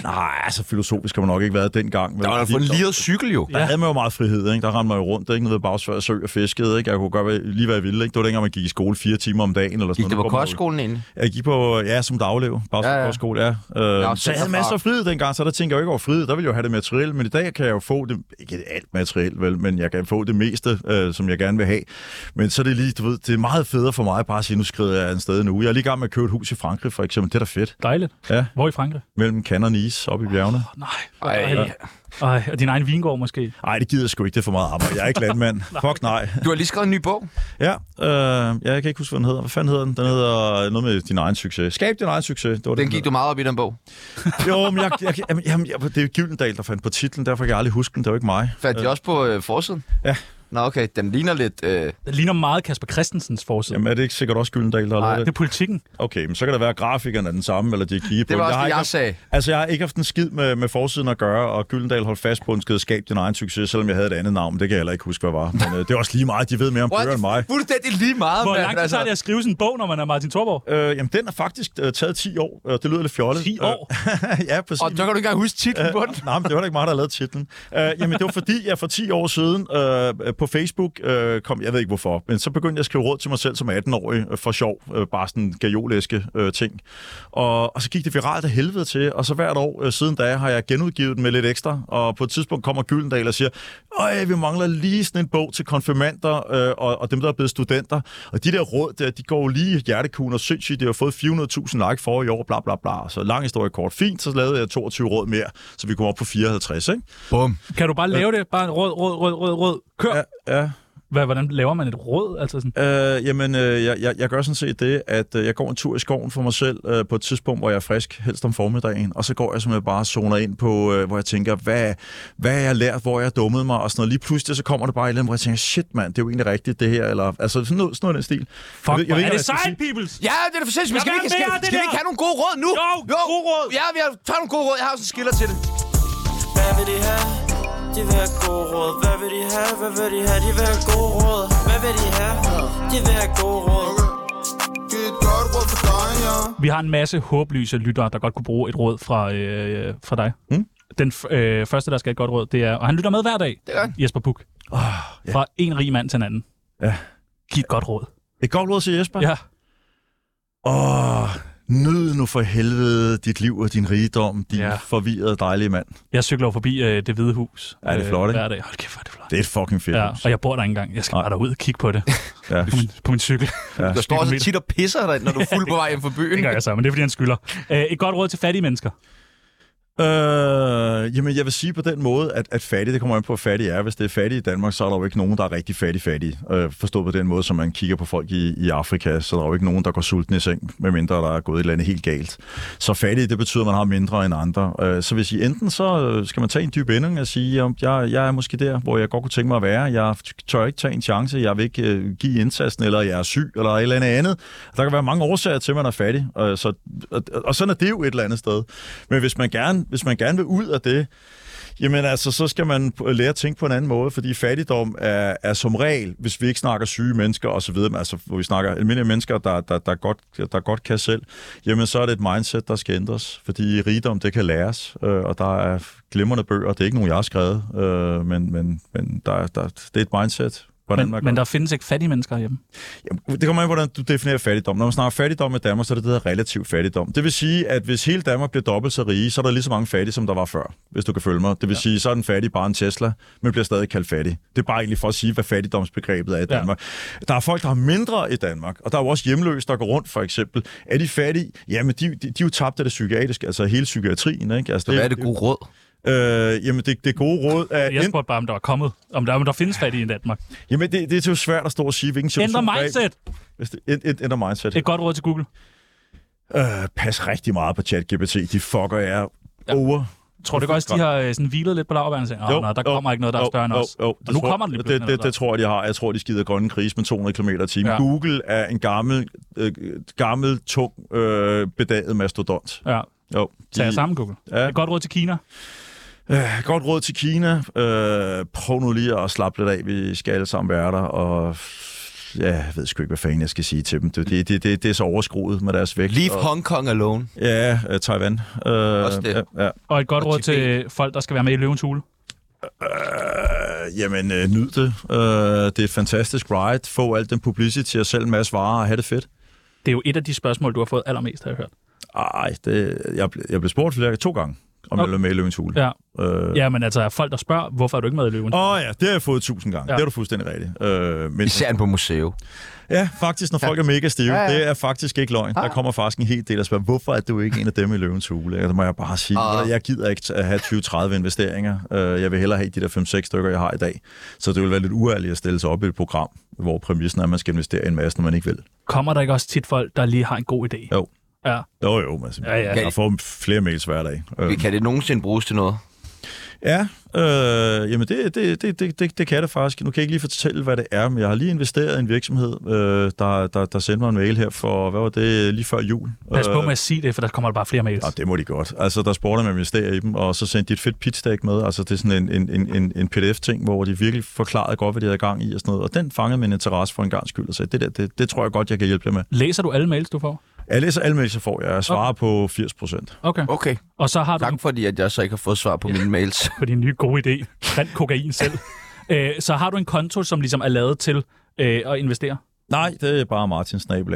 Speaker 3: Nej, altså filosofisk har man nok ikke været dengang.
Speaker 1: Der var da for en liret cykel, jo.
Speaker 3: Der havde man jo meget frihed, ikke? Der rendte man jo rundt, ikke? Nede ved bagsvær sø og fiskede, ikke? Jeg kunne godt være, lige være vild, ikke? Det var dengang, man gik i skole fire timer om dagen, eller sådan
Speaker 1: Gik det
Speaker 3: Nu
Speaker 1: på
Speaker 3: går man jo-
Speaker 1: kostskolen egentlig?
Speaker 3: Jeg gik på, ja, som daglev. Bare
Speaker 1: Ja,
Speaker 3: ja,
Speaker 1: ja.
Speaker 3: ja. skole, ja. Øh,
Speaker 1: Nå,
Speaker 3: så jeg havde
Speaker 1: derfra.
Speaker 3: masser af frihed dengang, så der tænker jeg jo ikke over frihed. Der ville jeg jo have det materielle, men i dag kan jeg jo få det, ikke alt materiel, vel, men jeg kan få det meste, øh, som jeg gerne vil have. Men så er det lige, du ved, det er meget federe for mig bare at sige, nu skrider jeg en sted nu. Jeg er lige i gang med at købe et hus i Frankrig, for eksempel. Det er da fedt.
Speaker 4: Dejligt.
Speaker 3: Ja.
Speaker 4: Hvor i Frankrig?
Speaker 3: Mellem Cannes og Nice, oppe i bjergene.
Speaker 4: Nej.
Speaker 1: Ej,
Speaker 4: Ej, og din egen vingård måske.
Speaker 3: Nej, det gider jeg sgu ikke. Det er for meget arbejde. Jeg er ikke
Speaker 1: *laughs*
Speaker 3: landmand. Fuck nej.
Speaker 1: du har lige skrevet en ny bog.
Speaker 3: Ja, øh, jeg kan ikke huske, hvad den hedder. Hvad fanden hedder den? Den hedder noget med din egen succes. Skab din egen succes. Det var
Speaker 1: Den gik du meget op i, den bog.
Speaker 3: Jo, men jeg, jeg, jamen, jamen, jeg, det er Gyldendal, der fandt på titlen, derfor kan jeg aldrig huske den. Det var ikke mig.
Speaker 1: Fandt de også på øh, forsiden?
Speaker 3: Ja.
Speaker 1: Nå, okay. Den ligner lidt... Øh,
Speaker 4: Det ligner meget Kasper Christensens forside.
Speaker 3: Jamen, er det ikke sikkert også Gyldendal, der har
Speaker 1: Nej.
Speaker 3: lavet
Speaker 4: Det er
Speaker 3: det?
Speaker 4: politikken.
Speaker 3: Okay, men så kan det være, at grafikerne er den samme, eller de har kigget på
Speaker 1: det var
Speaker 3: den.
Speaker 1: også
Speaker 3: har
Speaker 1: det,
Speaker 3: ikke
Speaker 1: jeg
Speaker 3: haft-
Speaker 1: sagde.
Speaker 3: Altså, jeg har ikke haft en skid med, med forsiden at gøre, og Gyldendal holdt fast på en skid, skab din egen succes, selvom jeg havde et andet navn. Det kan jeg heller ikke huske, hvad var. Men øh, det er også lige meget, de ved mere om
Speaker 1: What?
Speaker 3: bøger end mig.
Speaker 1: Fuldstændig lige meget,
Speaker 4: Hvor
Speaker 1: mand, altså.
Speaker 3: altså-
Speaker 4: lang tid tager det at skrive sådan en bog, når man er Martin Thorborg?
Speaker 3: Øh, jamen, den er faktisk øh, taget 10 år. Øh, det lyder lidt fjollet.
Speaker 4: 10 år?
Speaker 3: Øh, *laughs* ja, præcis.
Speaker 1: Og så kan du ikke engang huske titlen på den.
Speaker 3: Øh, nej, men det var da ikke mig, der lavede titlen. Øh, jamen, det var fordi, jeg for 10 år siden øh, på Facebook øh, kom, jeg ved ikke hvorfor, men så begyndte jeg at skrive råd til mig selv som 18-årig øh, for sjov, øh, bare sådan gajolæske øh, ting. Og, og så gik det viralt af helvede til, og så hvert år øh, siden da har jeg genudgivet den med lidt ekstra, og på et tidspunkt kommer Gyldendal og siger, Øj, vi mangler lige sådan en bog til konfirmander øh, og, og dem, der er blevet studenter. Og de der råd, der, de går jo lige i hjertekuglen og sindssygt. Det har fået 400.000 like for i år, bla bla bla. Så lang historie kort. Fint, så lavede jeg 22 råd mere, så vi kom op på 54, ikke?
Speaker 1: Bum.
Speaker 4: Kan du bare lave det? Bare rød, rød, rød, rød, rød. Kør.
Speaker 3: Ja, ja.
Speaker 4: Hvad, hvordan laver man et råd? Altså sådan,
Speaker 3: Øh, jamen, øh, jeg, jeg, jeg gør sådan set det, at øh, jeg går en tur i skoven for mig selv øh, på et tidspunkt, hvor jeg er frisk, helst om formiddagen, og så går jeg simpelthen bare og zoner ind på, øh, hvor jeg tænker, hvad, hvad har jeg lært, hvor jeg har dummet mig, og sådan noget. Lige pludselig, så kommer det bare et eller andet, hvor jeg tænker, shit mand, det er jo egentlig rigtigt det her, eller altså sådan noget, sådan noget i den stil.
Speaker 4: fuck, jeg, jeg,
Speaker 3: ikke,
Speaker 4: er
Speaker 3: hvad
Speaker 4: det
Speaker 3: skal
Speaker 4: sejt,
Speaker 3: sige.
Speaker 4: peoples?
Speaker 1: Ja, det er da for sindssygt. Men Skal, vi
Speaker 4: Lad
Speaker 1: ikke,
Speaker 4: være
Speaker 1: skal,
Speaker 4: med det
Speaker 1: skal vi
Speaker 4: der.
Speaker 1: ikke have nogle gode råd nu?
Speaker 4: Jo, gode råd.
Speaker 1: Ja, vi har taget nogle gode råd. Jeg har også en skiller til det.
Speaker 6: Hvad vil de have? De vil have gode råd. Hvad vil de have? Hvad vil de have? De vil have gode råd. Hvad vil de have? De vil have gode råd.
Speaker 7: Giv et godt råd for dig, ja.
Speaker 4: Vi har en masse håbløse lyttere, der godt kunne bruge et råd fra, øh, fra dig. Mm? Den f- øh, første, der skal have et godt råd, det er... Og han lytter med hver dag. Det
Speaker 1: gør han.
Speaker 4: Jesper Puk. Oh, ja. Fra en rig mand til en anden.
Speaker 3: Ah, Ja.
Speaker 4: Giv et godt råd.
Speaker 3: Et godt råd til Jesper.
Speaker 4: Ja.
Speaker 3: Åh, nyd nu for helvede dit liv og din rigdom, din
Speaker 4: Ja.
Speaker 3: ja. forvirrede dejlige mand.
Speaker 4: Jeg cykler jo forbi øh, det hvide hus. øh,
Speaker 3: Ja, det er flot, ikke?
Speaker 4: Hver dag. Hold kæft, hvor er det flot.
Speaker 3: Det er et fucking fedt
Speaker 4: Ja,
Speaker 3: hus.
Speaker 4: og jeg bor der ikke engang. Jeg skal
Speaker 3: Nej.
Speaker 4: bare derud og kigge på det.
Speaker 3: Ja.
Speaker 4: På min, på min
Speaker 3: *laughs*
Speaker 4: cykel. Ja.
Speaker 1: Der står også tit og pisser dig, når du er fuld på vej hjem fra byen.
Speaker 4: Det gør jeg så, men det er, fordi han skylder. Øh, et godt råd til fattige mennesker.
Speaker 3: Øh, jamen, jeg vil sige på den måde, at, at fattig, det kommer an på, hvor fattig er. Hvis det er fattig i Danmark, så er der jo ikke nogen, der er rigtig fattig-fattig. Øh, forstået på den måde, som man kigger på folk i, i Afrika, så er der jo ikke nogen, der går sultne i seng, medmindre der er gået et eller andet helt galt. Så fattig, det betyder, at man har mindre end andre. Øh, så hvis I enten, så øh, skal man tage en dyb ending og sige, om jeg, jeg er måske der, hvor jeg godt kunne tænke mig at være. Jeg tør ikke tage en chance, jeg vil ikke øh, give indsatsen, eller jeg er syg, eller et eller andet andet. Der kan være mange årsager til, at man er fattig, øh, så, og, og sådan er det jo et eller andet sted. Men hvis man gerne, hvis man gerne vil ud af det, jamen altså, så skal man p- lære at tænke på en anden måde, fordi fattigdom er, er som regel, hvis vi ikke snakker syge mennesker osv., altså hvor vi snakker almindelige mennesker, der, der, der, godt, der godt kan selv, jamen så er det et mindset, der skal ændres, fordi rigdom, det kan læres, øh, og der er glimrende bøger, det er ikke nogen, jeg har skrevet, øh, men, men, men der, er- der, det er et mindset. Hvordan man gør
Speaker 4: Men, men der findes ikke fattige mennesker hjemme.
Speaker 3: Jamen, Det kommer an på, hvordan du definerer fattigdom. Når man snakker fattigdom i Danmark, så er det det, der hedder relativ fattigdom. Det vil sige, at hvis hele Danmark bliver dobbelt så rige, så er der lige så mange fattige, som der var før, hvis du kan følge mig. Det vil ja. sige, så er den fattige bare en Tesla, men bliver stadig kaldt fattig. Det er bare egentlig for at sige, hvad fattigdomsbegrebet er i
Speaker 4: Ja.
Speaker 3: Danmark. Ja. Der er folk, der har mindre i Danmark, og der er jo også hjemløse, der går rundt, for eksempel. Er de fattige? Jamen, de, de, de er jo tabt af det psykiatriske, altså hele psykiatrien. Ikke? Altså,
Speaker 1: Hvad er det gode råd?
Speaker 3: Øh, jamen, det, det gode råd er...
Speaker 4: Jeg spurgte bare, om der er kommet. Om der, om der findes fattige i Danmark.
Speaker 3: Jamen, det, det er jo svært at stå og sige, hvilken situation...
Speaker 4: Ændre
Speaker 3: der er-
Speaker 4: mindset.
Speaker 3: Hvis det- ænd- ænd- Ændre mindset.
Speaker 4: Et godt råd til Google.
Speaker 3: Øh, pas rigtig meget på ChatGPT. De fucker jer ja. over.
Speaker 4: Tror du ikke også, de har øh, sådan hvilet lidt på lavbærden og sagt, "Åh, nej, der kommer ikke noget, der er større end os.
Speaker 3: Jo, jo,
Speaker 4: Og nu kommer det lidt
Speaker 3: det, det, det tror jeg, de har. Jeg tror, de skider grønne kris med 200 km i timen.
Speaker 4: Ja.
Speaker 3: Ja. Google er en gammel, øh, gammel tung, øh, bedaget mastodont.
Speaker 4: Ja,
Speaker 3: Jo,
Speaker 4: tag jer sammen, Google.
Speaker 3: Ja.
Speaker 4: Et godt råd til Kina.
Speaker 3: Øh, godt råd til Kina. Øh, prøv nu lige at slappe lidt af. Vi skal alle sammen være der, og ja, jeg ved sgu ikke, hvad fanden jeg skal sige til dem. Det, det, det, det, det er så overskruet med deres vægt.
Speaker 1: Leave
Speaker 3: og,
Speaker 1: Hong Kong alone.
Speaker 3: Ja, øh, Taiwan. Øh,
Speaker 1: Også det.
Speaker 3: Ja, ja.
Speaker 4: Og et godt
Speaker 1: Og
Speaker 4: råd
Speaker 1: Tibet.
Speaker 4: til folk, der skal være med i Løvens Hule.
Speaker 3: Øh, jamen, øh, nyd det. Øh, det er et fantastisk ride. Få alt den publicity og selv en masse varer og have det fedt.
Speaker 4: Det er jo et af de spørgsmål, du har fået allermest, har jeg hørt.
Speaker 3: Ej, det, jeg, ble- jeg blev spurgt flere to gange, om jeg
Speaker 4: Nå.
Speaker 3: ville med i Løvens Hule.
Speaker 4: Ja.
Speaker 3: Øh,
Speaker 4: ja, men altså, er folk, der spørger, hvorfor er du ikke med i Løvens
Speaker 3: Åh ja, det har jeg fået tusind gange.
Speaker 4: Ja.
Speaker 3: Ja. Det er du fuldstændig rigtigt. Øh, men,
Speaker 1: Især på museum.
Speaker 3: ja, faktisk, når folk er mega stive, ja, ja. Ah. det er faktisk ikke løgn. Der kommer faktisk en hel del, der spørger, hvorfor er du ikke en af dem i Løvens Hule? Og der må jeg bare sige,
Speaker 1: Ah.
Speaker 3: uh. jeg gider ikke at have 20-30 investeringer. Øh, jeg vil hellere have de der 5-6 stykker, jeg har i dag. Så det vil være lidt uærligt at stille sig op i et program, hvor præmissen er, at man skal investere i en masse, når man ikke vil.
Speaker 4: Kommer der ikke også tit folk, der lige har en god idé?
Speaker 3: Jo.
Speaker 4: Ja.
Speaker 3: Jo, jo, men altså,
Speaker 4: Ja, ja.
Speaker 3: jeg får flere mails hver dag. Øh,
Speaker 1: Kan det nogensinde bruges til noget?
Speaker 3: ja, øh, jamen det, det, det, det, det, det kan det faktisk. Nu kan jeg ikke lige fortælle, hvad det er, men jeg har lige investeret i en virksomhed, øh, der, der, der sendte mig en mail her for, hvad var det, lige før jul.
Speaker 4: Pas på
Speaker 3: Øh,
Speaker 4: med at sige det, for der kommer der bare flere mails.
Speaker 3: Ja, det må de godt. Altså, der spurgte man investere i dem, og så sendte de et fedt pitch deck med. Altså, det er sådan en, en, en, en, en PDF-ting, hvor de virkelig forklarede godt, hvad de havde gang i og sådan noget. Og den fangede min interesse for en gang skyld og sagde, det der, det, det tror jeg godt, jeg kan hjælpe jer med.
Speaker 4: Læser du alle mails, du får?
Speaker 3: Jeg læser alle mails, jeg får. Jeg svarer på 80 procent.
Speaker 4: Okay.
Speaker 1: Okay.
Speaker 4: Og så har du
Speaker 1: Tak fordi, at jeg så ikke har fået svar på mine mails.
Speaker 4: på din nye gode idé. Rent kokain selv. *laughs* Øh, så har du en konto, som ligesom er lavet til øh, at investere.
Speaker 3: Nej, det er bare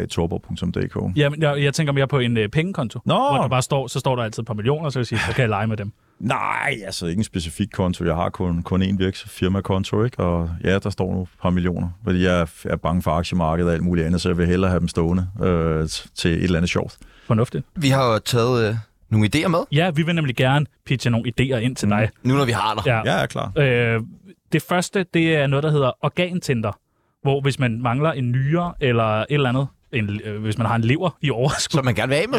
Speaker 3: martinsnabelag.torborg.dk.
Speaker 4: Jamen, jeg, jeg tænker mere på en øh, pengekonto.
Speaker 3: Nå!
Speaker 4: Hvor der bare står, så står der altid et par millioner, så kan jeg sige, så kan jeg lege med dem.
Speaker 3: Nej, altså ikke en specifik konto. Jeg har kun, kun én virks- firmakonto, ikke? Og ja, der står nu et par millioner, fordi jeg er- er bange for aktiemarkedet og alt muligt andet, så jeg vil hellere have dem stående øh, t- til et eller andet sjovt.
Speaker 4: Fornuftigt.
Speaker 1: Vi har jo taget øh, nogle idéer med,
Speaker 3: Mm.
Speaker 4: Ja, vi vil nemlig gerne pitche nogle idéer ind til dig.
Speaker 1: nu når vi har dig.
Speaker 4: Ja.
Speaker 3: Jeg er klar.
Speaker 4: Øh, Det første, det er noget, der hedder organtinder, hvor hvis man mangler en nyre eller et eller andet, en, øh, hvis man har en lever i overskud,
Speaker 1: Som man gerne vil af
Speaker 4: *laughs*
Speaker 1: med.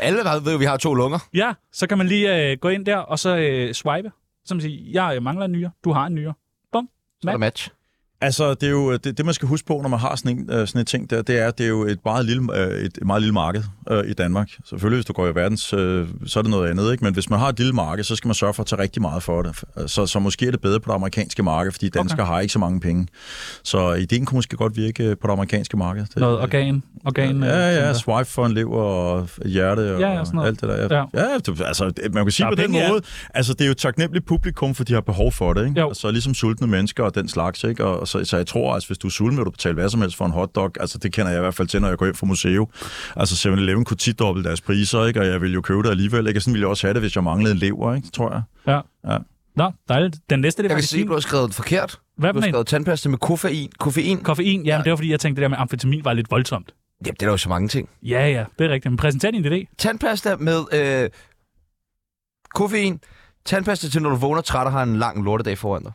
Speaker 1: Alle ved, jo, at vi har to lunger.
Speaker 4: Ja, så kan man lige øh, gå ind der, og så øh, swipe. Som siger, jeg øh, mangler en nyre, du har en nyre. Bum.
Speaker 1: Så er der match.
Speaker 3: Altså, det, er jo, øh, det, det, man skal huske på, når man har sådan en, øh, sådan en ting der, det er, at det er jo et meget lille, øh, et meget lille marked øh, i Danmark. Selvfølgelig, hvis du går i verdens, øh, så er det noget andet, ikke? Men hvis man har et lille marked, så skal man sørge for at tage rigtig meget for det. Øh, Så, så måske er det bedre på det amerikanske marked, fordi danskere okay. har ikke så mange penge. Så ideen kunne måske godt virke øh, på det amerikanske marked. Det,
Speaker 4: Noget organ. organ øh,
Speaker 3: Øh, Ja, ja,
Speaker 4: sådan
Speaker 3: swipe for en lever og et hjerte og,
Speaker 4: Ja, ja, sådan noget.
Speaker 3: alt det der. Ja, ja. det, altså, det- man kan sige
Speaker 4: Der er
Speaker 3: på den
Speaker 4: penge i alt.
Speaker 3: måde, altså det er jo et taknemmeligt publikum, for de har behov for det, ikke?
Speaker 4: Jo.
Speaker 3: Altså ligesom sultne mennesker og den slags, ikke? Og, og så, så jeg tror, altså hvis du er sulten, vil du betale hvad som helst for en hotdog. Altså det kender jeg i hvert fald til, når jeg går hjem fra museet. Altså 7-Eleven kunne tidoble deres priser, ikke? Og jeg ville jo købe det alligevel, ikke? Og sådan ville jeg også have det, hvis jeg manglede en lever, ikke? Tror jeg.
Speaker 4: Ja.
Speaker 3: Ja.
Speaker 4: Nå, dejligt. Den næste, det er
Speaker 1: Jeg kan
Speaker 4: faktisk
Speaker 1: se,
Speaker 4: din.
Speaker 1: du har skrevet forkert.
Speaker 4: Hvad
Speaker 1: Du
Speaker 4: for
Speaker 1: har
Speaker 4: en?
Speaker 1: skrevet tandpasta med koffein. Koffein?
Speaker 4: Koffein? Jamen, det var fordi, jeg tænkte, det der med amfetamin var lidt voldsomt.
Speaker 1: Jamen, det er der jo så mange ting.
Speaker 4: Ja, ja, det er rigtigt. Men præsenter din idé.
Speaker 1: Tandpasta med øh, koffein. Tandpasta til, når du vågner træt og har en lang lortedag foran dig.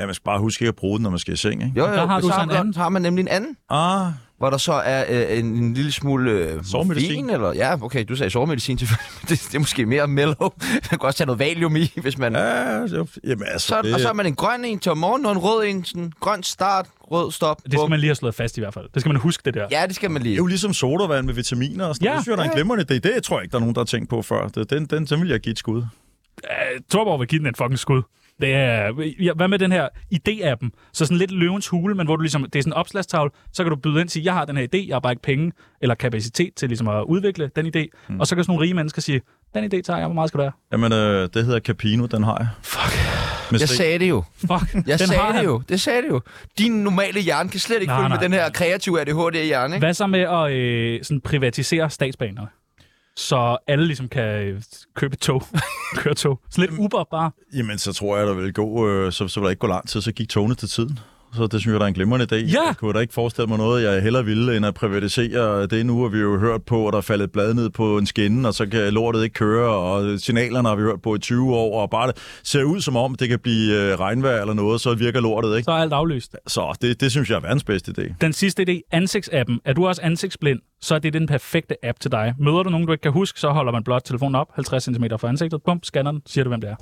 Speaker 3: Ja, man skal bare huske ikke at bruge den, når man skal i seng, ikke?
Speaker 1: Jo,
Speaker 4: Og der
Speaker 1: jo,
Speaker 4: har
Speaker 1: men
Speaker 4: du så
Speaker 1: har
Speaker 4: en
Speaker 1: man,
Speaker 4: anden.
Speaker 1: har man nemlig en anden,
Speaker 3: Ah,
Speaker 1: hvor der så er øh, en, en lille smule øh,
Speaker 3: Sovemedicin.
Speaker 1: morfin, Eller, ja, okay, du sagde sovemedicin *laughs* selvfølgelig. men Det, det er måske mere mellow. Man kan også tage noget valium i, hvis man... Ja,
Speaker 3: ja, jo, jamen altså...
Speaker 1: så,
Speaker 3: det,
Speaker 1: og så har man en grøn en til om morgenen, og en rød en. Sådan, grøn start, rød stop.
Speaker 4: Det skal
Speaker 1: bum.
Speaker 4: man lige have slået fast i hvert fald. Det skal man huske, det der.
Speaker 1: Ja, det skal man
Speaker 3: Det
Speaker 1: lige.
Speaker 3: er jo ligesom sodavand med vitaminer og sådan
Speaker 4: Ja,
Speaker 3: noget. Det synes jeg, der er en glimrende idé. Det tror jeg ikke, der er nogen, der har tænkt på før. Det- Den, den, den vil jeg give et skud.
Speaker 4: Øh, Torborg vil give den en fucking skud. Det er, ja, hvad med den her idé-appen? Så sådan lidt løvens hule, men hvor du ligesom, det er sådan en opslagstavle, så kan du byde ind til, jeg har den her idé, jeg har bare ikke penge eller kapacitet til ligesom at udvikle den idé. Mm. Og så kan sådan nogle rige mennesker sige, den idé tager jeg, hvor meget skal du have?
Speaker 3: Jamen, øh, det hedder Capino, den har jeg. Fuck. Med
Speaker 1: Jeg
Speaker 3: sten.
Speaker 1: sagde det jo.
Speaker 4: Fuck,
Speaker 1: *laughs* Jeg
Speaker 4: den
Speaker 1: sagde
Speaker 4: har
Speaker 1: det
Speaker 4: han.
Speaker 1: jo. Det sagde det jo. Din normale hjerne kan slet ikke
Speaker 4: Nej,
Speaker 1: følge med
Speaker 4: nej.
Speaker 1: den her kreative ADHD-hjerne, ikke?
Speaker 4: Hvad så med at øh, sådan privatisere statsbanerne? Så alle ligesom kan øh, købe et tog, *laughs* køre tog. Sådan lidt Uber bare.
Speaker 3: Jamen, så tror jeg, der vil gå, øh, så, så vil der ikke gå lang tid, så gik togene til tiden. Så det synes jeg, der er en glimrende idé.
Speaker 4: Ja!
Speaker 3: Jeg kunne da ikke forestille mig noget, jeg hellere ville, end at privatisere det. Nu har vi jo hørt på, at der er faldet et blad ned på en skinne, og så kan lortet ikke køre, og signalerne har vi hørt på i 20 år, og bare det ser ud som om, det kan blive øh, regnvejr eller noget, så virker lortet, ikke?
Speaker 4: Så er alt aflyst.
Speaker 3: Så det, det synes jeg er verdens bedste idé.
Speaker 4: Den sidste idé, ansigtsappen. Er du også ansigtsblind, så er det den perfekte app til dig. Møder du nogen, du ikke kan huske, så holder man blot telefonen op 50 cm fra ansigtet. Bum, scanner den, siger du, hvem det er.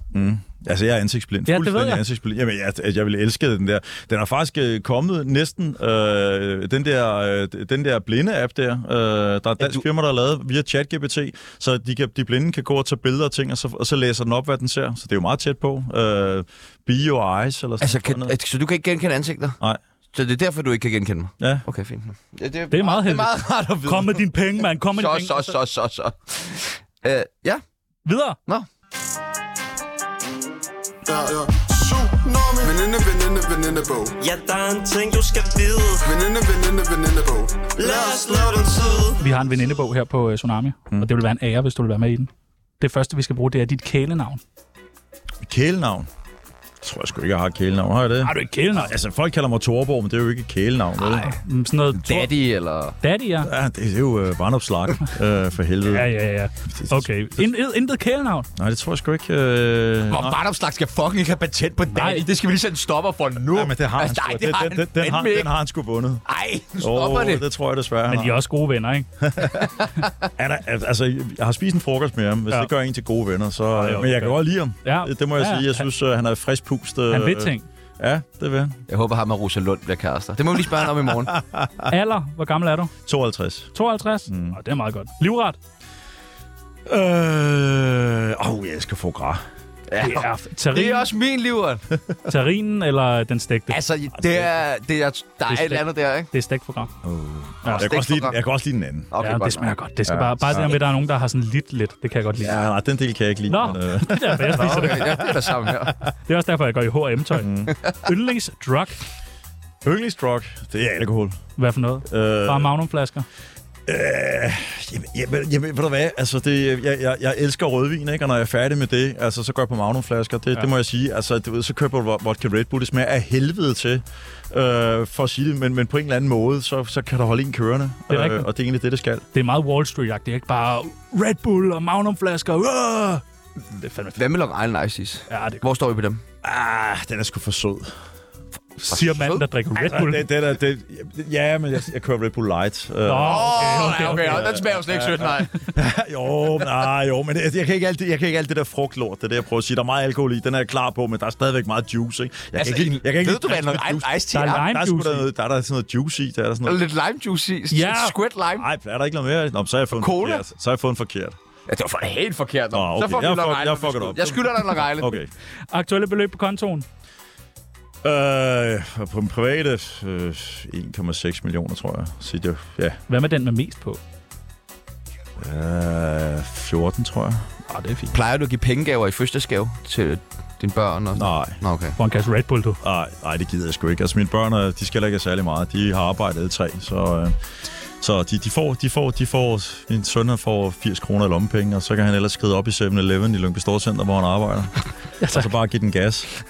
Speaker 3: Altså, jeg er ansigtsblind.
Speaker 4: Ja, det ved
Speaker 3: Fuldstændig
Speaker 4: jeg.
Speaker 3: Ansigtsblind. Jamen, jeg, jeg ville elske den der. Den er faktisk øh, kommet næsten, øh, den, der, øh, den der blinde app der. Øh, der er et dansk
Speaker 1: du-
Speaker 3: du... firma, der har lavet via ChatGPT, så de, kan, de blinde kan gå og tage billeder af ting, og så, og så læser den op, hvad den ser. Så det er jo meget tæt på. Øh, be your eyes, eller sådan
Speaker 1: Altså, kan,
Speaker 3: noget.
Speaker 1: altså, så du kan ikke genkende ansigter?
Speaker 3: Nej.
Speaker 1: Så det er derfor, du ikke kan genkende mig?
Speaker 3: Ja.
Speaker 1: Okay, fint. Ja, det,
Speaker 4: Det er meget
Speaker 1: det er
Speaker 4: heldigt.
Speaker 1: meget rart at vide.
Speaker 4: Kom med dine penge, mand. Kom med dine
Speaker 1: så,
Speaker 4: penge.
Speaker 1: så, så, så, så. Øh, ja,
Speaker 4: Videre.
Speaker 7: Ja, ja. Tsunami. Veninde, veninde, venindebog.
Speaker 6: Ja, der er en ting, du skal vide
Speaker 7: Veninde, veninde, venindebog.
Speaker 6: Lad os lave den tid
Speaker 4: Vi har en venindebog her på øh, Tsunami, mm. og det vil være en ære, hvis du vil være med i den. Det første, vi skal bruge, det er dit kælenavn.
Speaker 3: Kælenavn. Jeg tror jeg sgu ikke, jeg har et kælenavn. Har jeg det?
Speaker 4: Har du et kælenavn?
Speaker 3: Altså, folk kalder mig Torborg, men det er jo ikke et kælenavn. vel?
Speaker 4: Mm, Sådan noget
Speaker 1: daddy eller...
Speaker 4: daddy, ja.
Speaker 3: Ja, det, det er jo øh,
Speaker 4: *laughs*
Speaker 3: Varnopslag, øh, for helvede.
Speaker 4: Ja, ja, ja. Okay. Ind- Intet kælenavn.
Speaker 3: Nej, det tror jeg sgu ikke. Øh...
Speaker 1: Hvor barndomslag skal fucking ikke have patent på daddy.
Speaker 4: Nej.
Speaker 1: Det skal vi lige sætte en stopper for nu.
Speaker 3: Ja, men det har han
Speaker 1: altså,
Speaker 3: sgu.
Speaker 1: nej, det
Speaker 3: Den-
Speaker 1: har
Speaker 3: den,
Speaker 1: han
Speaker 3: den, den, har,
Speaker 1: fandme
Speaker 3: den
Speaker 1: ikke.
Speaker 3: har han sgu vundet.
Speaker 1: Ej, nu
Speaker 3: Åh,
Speaker 1: stopper oh, det.
Speaker 3: det tror jeg desværre, han
Speaker 4: Men de er
Speaker 3: har.
Speaker 4: også gode venner, ikke?
Speaker 3: Han er, al- altså, jeg har spist en frokost med ham. Hvis
Speaker 4: Ja.
Speaker 3: ja. det gør en til gode venner, så...
Speaker 4: jo,
Speaker 3: men jeg kan
Speaker 4: ja.
Speaker 3: godt lide ham.
Speaker 4: Ja.
Speaker 3: Det, det må jeg
Speaker 4: Ja,
Speaker 3: sige. Jeg
Speaker 4: han-
Speaker 3: synes, øh, han er frisk pust. øh,
Speaker 4: Han ved
Speaker 3: øh,
Speaker 4: ting.
Speaker 3: Ja, det vil han.
Speaker 1: Jeg håber, ham og Rosa Lund bliver kærester. Det må vi lige spørge ham om i morgen.
Speaker 4: Alder, hvor gammel er du?
Speaker 3: 52.
Speaker 4: 52? Mm. Oh, det er meget godt. Livret?
Speaker 3: Øh... Åh, oh, jeg elsker foie gras.
Speaker 1: Ja.
Speaker 4: Det er f- terrin,
Speaker 1: Det er også min livret.
Speaker 4: terrinen eller den stegte?
Speaker 1: Altså, det er, det er, der er et eller andet der, ikke?
Speaker 4: Det er stegt program.
Speaker 3: Jeg kan, også
Speaker 1: stik
Speaker 3: lide,
Speaker 1: foie gras.
Speaker 3: jeg kan også lide den anden.
Speaker 1: Okay,
Speaker 4: ja, det smager godt. Det skal ja, bare, bare det der med, at der er nogen, der har sådan lidt lidt. Det kan jeg godt lide.
Speaker 3: Ja, nej, den del kan jeg ikke lide.
Speaker 4: Nå,
Speaker 3: Men, øh,
Speaker 4: det er derfor, jeg spiser det.
Speaker 1: Okay, ja, det er der sammen her.
Speaker 4: Det er også derfor, jeg går i H&M-tøj. Yndlingsdrug.
Speaker 3: yndlingsdrug, det er alkohol.
Speaker 4: Hvad for noget?
Speaker 3: Øh,
Speaker 4: Bare magnumflasker.
Speaker 3: Jamen, jamen, jamen, ved du hvad? Altså, det, jeg, jeg, jeg elsker rødvin, ikke? Og når jeg er færdig med det, altså, så går jeg på Magnumflasker. Det, ja. det må jeg sige. Altså, du ved, så køber jeg vo- vodka Red Bull. Det smager af helvede til, øh, for at sige det. Men, men på en eller anden måde, så, så kan der holde en kørende. Øh,
Speaker 4: Det er rigtigt.
Speaker 3: og det er egentlig det, det skal.
Speaker 4: Det er meget Wall Street-agtigt, ikke? Bare Red Bull og magnumflasker. Uh! Det er fandme fedt.
Speaker 1: Hvad med Long Island Ices?
Speaker 4: Ja, det er
Speaker 1: Hvor står vi på dem?
Speaker 3: Ah, den er sgu for sød.
Speaker 4: Siger manden, der drikker Red Bull.
Speaker 3: Det, den er, det, ja, men jeg, jeg kører Red Bull Light. Uh,
Speaker 4: Nå, okay,
Speaker 1: Åh,
Speaker 4: okay, okay.
Speaker 1: Den smager jo slet ikke sødt, nej.
Speaker 3: jo, nej, jo, men jeg, jeg, kan ikke alt det, jeg kan ikke alt det der frugtlort, det er det, jeg prøver at sige. Der er meget alkohol i, den er jeg klar på, men der er stadigvæk meget juice, ikke? Jeg
Speaker 1: Altså,
Speaker 3: kan ikke, jeg kan ikke
Speaker 1: ved du, hvad
Speaker 3: *laughs*
Speaker 1: Long Island Ice Tea
Speaker 4: Der er
Speaker 1: er?
Speaker 4: lime
Speaker 3: der er sgu da
Speaker 4: juice i.
Speaker 3: noget, der er der sådan noget juice i, der er sådan
Speaker 1: Der er
Speaker 3: noget...
Speaker 1: Lidt lime juice i.
Speaker 4: Ja.
Speaker 1: Squid lime.
Speaker 3: Nej, er der ikke noget mere? Nå, men så har jeg fundet
Speaker 1: Cola?
Speaker 3: forkert. Så har jeg fundet forkert.
Speaker 1: Ja, det var for helt forkert.
Speaker 3: Nå, okay.
Speaker 1: Så får vi
Speaker 3: Jeg
Speaker 1: Long
Speaker 3: fuck-
Speaker 1: Island.
Speaker 3: jeg fucker det op.
Speaker 1: Jeg skylder dig Long Island.
Speaker 3: Okay.
Speaker 4: Aktuelle beløb på kontoen.
Speaker 3: Øh, på den private, øh, 1,6 millioner, tror jeg. Sidder jeg, ja,
Speaker 4: Hvad med den med mest på?
Speaker 3: øh, 14, tror jeg.
Speaker 4: Ah, det er fint.
Speaker 1: Plejer du at give pengegaver i fødselsdagsgave til dine børn? Og...
Speaker 3: Nej,
Speaker 1: Nå, okay.
Speaker 4: For en kasse Red Bull, du.
Speaker 3: nej, nej, det gider jeg sgu ikke. Altså, mine børn, øh, de skal heller ikke have særlig meget. De har arbejdet alle tre, så... Øh, så de, de, får, de, får, de får, min søn han får 80 kroner i lommepenge, og så kan han ellers skride op i 7-Eleven i Lyngby Storcenter, hvor han arbejder. ja, og så bare give den gas.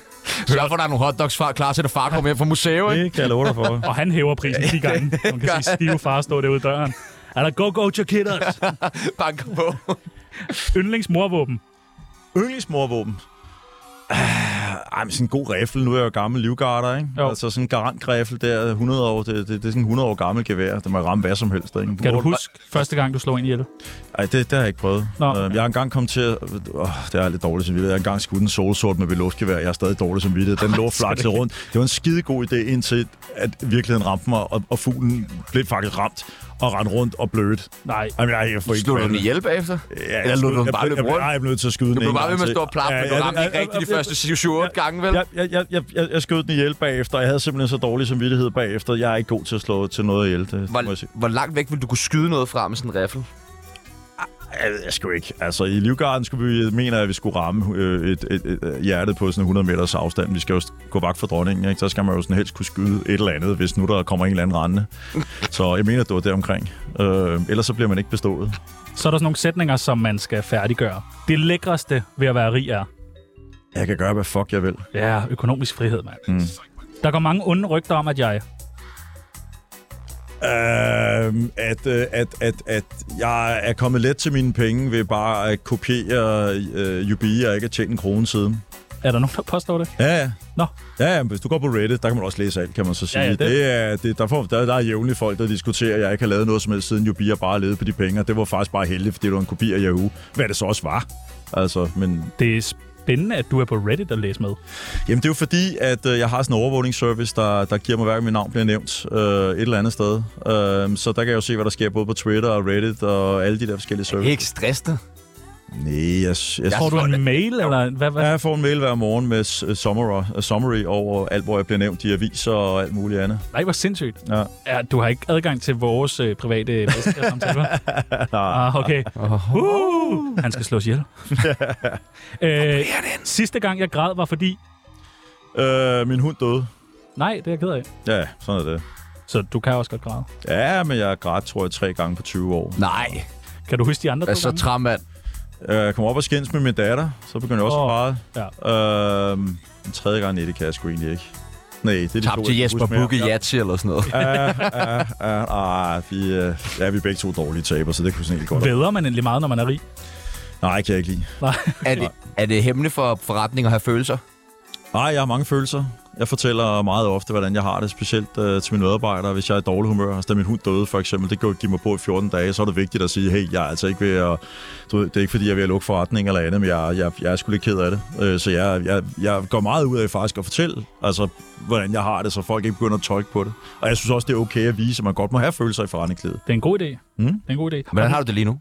Speaker 1: Sørg for, at der er nogle hotdogs far, klar til, at far kommer hjem fra museet, ikke?
Speaker 3: Det kan jeg love dig for.
Speaker 4: Og han hæver prisen de gange. Man kan sige, stive far står derude i døren. Er der go-go to kidders?
Speaker 1: Banker på.
Speaker 4: Yndlingsmorvåben.
Speaker 3: Yndlingsmorvåben? Ah, Ej, men sådan en god riffel. Nu er jeg jo gammel livgarder, ikke?
Speaker 4: Jo.
Speaker 3: Jo. Altså sådan en garantgriffel der, 100 år, det, det, det, er sådan en 100 år gammel gevær. Det må ramme hvad som helst, ikke?
Speaker 4: Kan du huske første gang, du slog ind i det?
Speaker 3: Ej, det, det har jeg ikke prøvet.
Speaker 4: Nå.
Speaker 3: Nå. Jeg har engang kommet til at... Åh, det er lidt dårligt som Jeg har engang skudt en solsort med velosgevær. Jeg er stadig dårlig som vidtighed. Den lå flakset rundt. Det var en skide god idé, indtil at virkeligheden ramte mig, og, og fuglen blev faktisk ramt og rendte rundt og blødt.
Speaker 4: Nej.
Speaker 3: Jamen, jeg, jeg får ikke...
Speaker 1: Slår du den
Speaker 3: kvalme.
Speaker 1: ihjel bagefter?
Speaker 3: Ja, jeg
Speaker 1: Eller lod
Speaker 3: skød-
Speaker 1: du den
Speaker 3: jeg
Speaker 1: bare løbe
Speaker 3: blev- jeg blev-
Speaker 1: rundt?
Speaker 3: Nej, jeg blev nødt til at skyde
Speaker 1: Du
Speaker 3: den
Speaker 1: blev
Speaker 3: en
Speaker 1: bare ved
Speaker 3: gang
Speaker 1: med at
Speaker 3: til.
Speaker 1: stå og plappe, men du
Speaker 3: ja,
Speaker 1: ramte
Speaker 3: ja,
Speaker 1: ikke
Speaker 3: ja,
Speaker 1: rigtigt de
Speaker 3: ja,
Speaker 1: første 7-8 gange, vel?
Speaker 3: Jeg, jeg, jeg, jeg, jeg, jeg skød den ihjel bagefter, og jeg havde simpelthen så dårlig samvittighed bagefter. Jeg er ikke god til at slå til noget ihjel. Det, det må jeg sige.
Speaker 1: Hvor, hvor langt væk ville du kunne skyde noget fra med sådan en riffel?
Speaker 3: Jeg, jeg skulle ikke. Altså, i Livgarden skulle vi, mener jeg, at vi skulle ramme øh, et, et, et, øh, hjertet på sådan 100 meters afstand. Vi skal jo st- gå vagt for dronningen, ikke? Så skal man jo sådan helst kunne skyde et eller andet, hvis nu der kommer en eller anden
Speaker 1: *laughs*
Speaker 3: rendende. Så jeg mener, det var deromkring. Øh, ellers så bliver man ikke bestået.
Speaker 4: Så er der sådan nogle sætninger, som man skal færdiggøre. Det lækreste ved at være rig er...
Speaker 3: Jeg kan gøre, hvad fuck jeg vil.
Speaker 4: Ja, økonomisk frihed, mand. Mm. Der går mange onde rygter om, at jeg...
Speaker 3: Øhm, at, øh, at, at, at jeg er kommet let til mine penge ved bare at kopiere øh, UBI og ikke at tjene en krone siden.
Speaker 4: Er der nogen, der påstår det?
Speaker 3: Ja, ja.
Speaker 4: Nå.
Speaker 3: Ja, ja, men hvis du går på Reddit, der kan man også læse alt, kan man så sige.
Speaker 4: Ja, ja, det-
Speaker 3: det. Det er, det, der, får, der, der er jævnligt folk, der diskuterer, at jeg ikke har lavet noget som helst, siden Jubi har bare levet på de penge, og det var faktisk bare heldigt, fordi det var en kopi af Yahoo. Hvad det så også var. Altså, men
Speaker 4: Det er spændende, at du er på Reddit og læser med.
Speaker 3: Jamen, det er jo fordi, at øh, jeg har sådan en overvågningsservice, der, der giver mig hver gang mit navn bliver nævnt øh, et eller andet sted. Øh, så der kan jeg jo se, hvad der sker både på Twitter og Reddit og alle de der forskellige
Speaker 1: Det er
Speaker 3: services.
Speaker 1: ikke stressende.
Speaker 3: Nej, jeg, jeg, jeg,
Speaker 4: Får du en mail, eller hvad? hvad?
Speaker 3: Ja, jeg får en mail hver morgen med s- øh, summary, summary over alt, hvor jeg bliver nævnt i aviser og alt muligt andet.
Speaker 4: Nej, hvor sindssygt.
Speaker 3: Ja.
Speaker 4: Ja, du har ikke adgang til vores øh, private messenger-samtaler? ah, okay. Uh, han skal slås ihjel. øh, sidste gang, jeg græd, var fordi...
Speaker 3: Øh, min hund døde.
Speaker 4: Nej, det er jeg ked af.
Speaker 3: Ja, sådan er det.
Speaker 4: Så du kan også godt græde.
Speaker 3: Ja, men jeg græd, tror jeg, tre gange på 20 år.
Speaker 1: Nej.
Speaker 4: Kan du huske de andre
Speaker 1: Hvad
Speaker 4: to
Speaker 1: så,
Speaker 4: gange?
Speaker 1: træmand?
Speaker 3: Øh, Jeg kom op og skændes med min datter, så begyndte jeg også
Speaker 4: Åh,
Speaker 3: oh, at
Speaker 4: ja.
Speaker 3: græde. Øh, en tredje gang, nej, det kan jeg sgu egentlig ikke. Nej, det er de to,
Speaker 1: Tabte
Speaker 3: jeg kan
Speaker 1: Jesper
Speaker 3: huske mere.
Speaker 1: Bukke Jatsi eller sådan noget.
Speaker 3: Ja, ah, vi, øh, ja, vi er begge to dårlige taber, så det kunne sådan helt godt.
Speaker 4: Væder man endelig meget, når man er rig?
Speaker 3: Nej, kan jeg ikke lide.
Speaker 1: Er det, er det hemmende for forretning at have følelser?
Speaker 3: Nej, jeg har mange følelser. Jeg fortæller meget ofte, hvordan jeg har det, specielt øh, til mine medarbejdere, hvis jeg er i dårlig humør. Altså, da min hund døde, for eksempel, det gik mig på i 14 dage, så er det vigtigt at sige, hey, jeg er altså ikke ved at... Du, ved, det er ikke, fordi jeg er ved at lukke forretning eller andet, men jeg, jeg, jeg er sgu lidt ked af det. Øh, så jeg, jeg, jeg går meget ud af faktisk at fortælle, altså, hvordan jeg har det, så folk ikke begynder at tolke på det. Og jeg synes også, det er okay at vise, at man godt må have følelser i forretningslivet.
Speaker 4: *laughs* Det er en god idé.
Speaker 3: Mm.
Speaker 4: Det er en god idé.
Speaker 1: Hvordan har du det lige nu?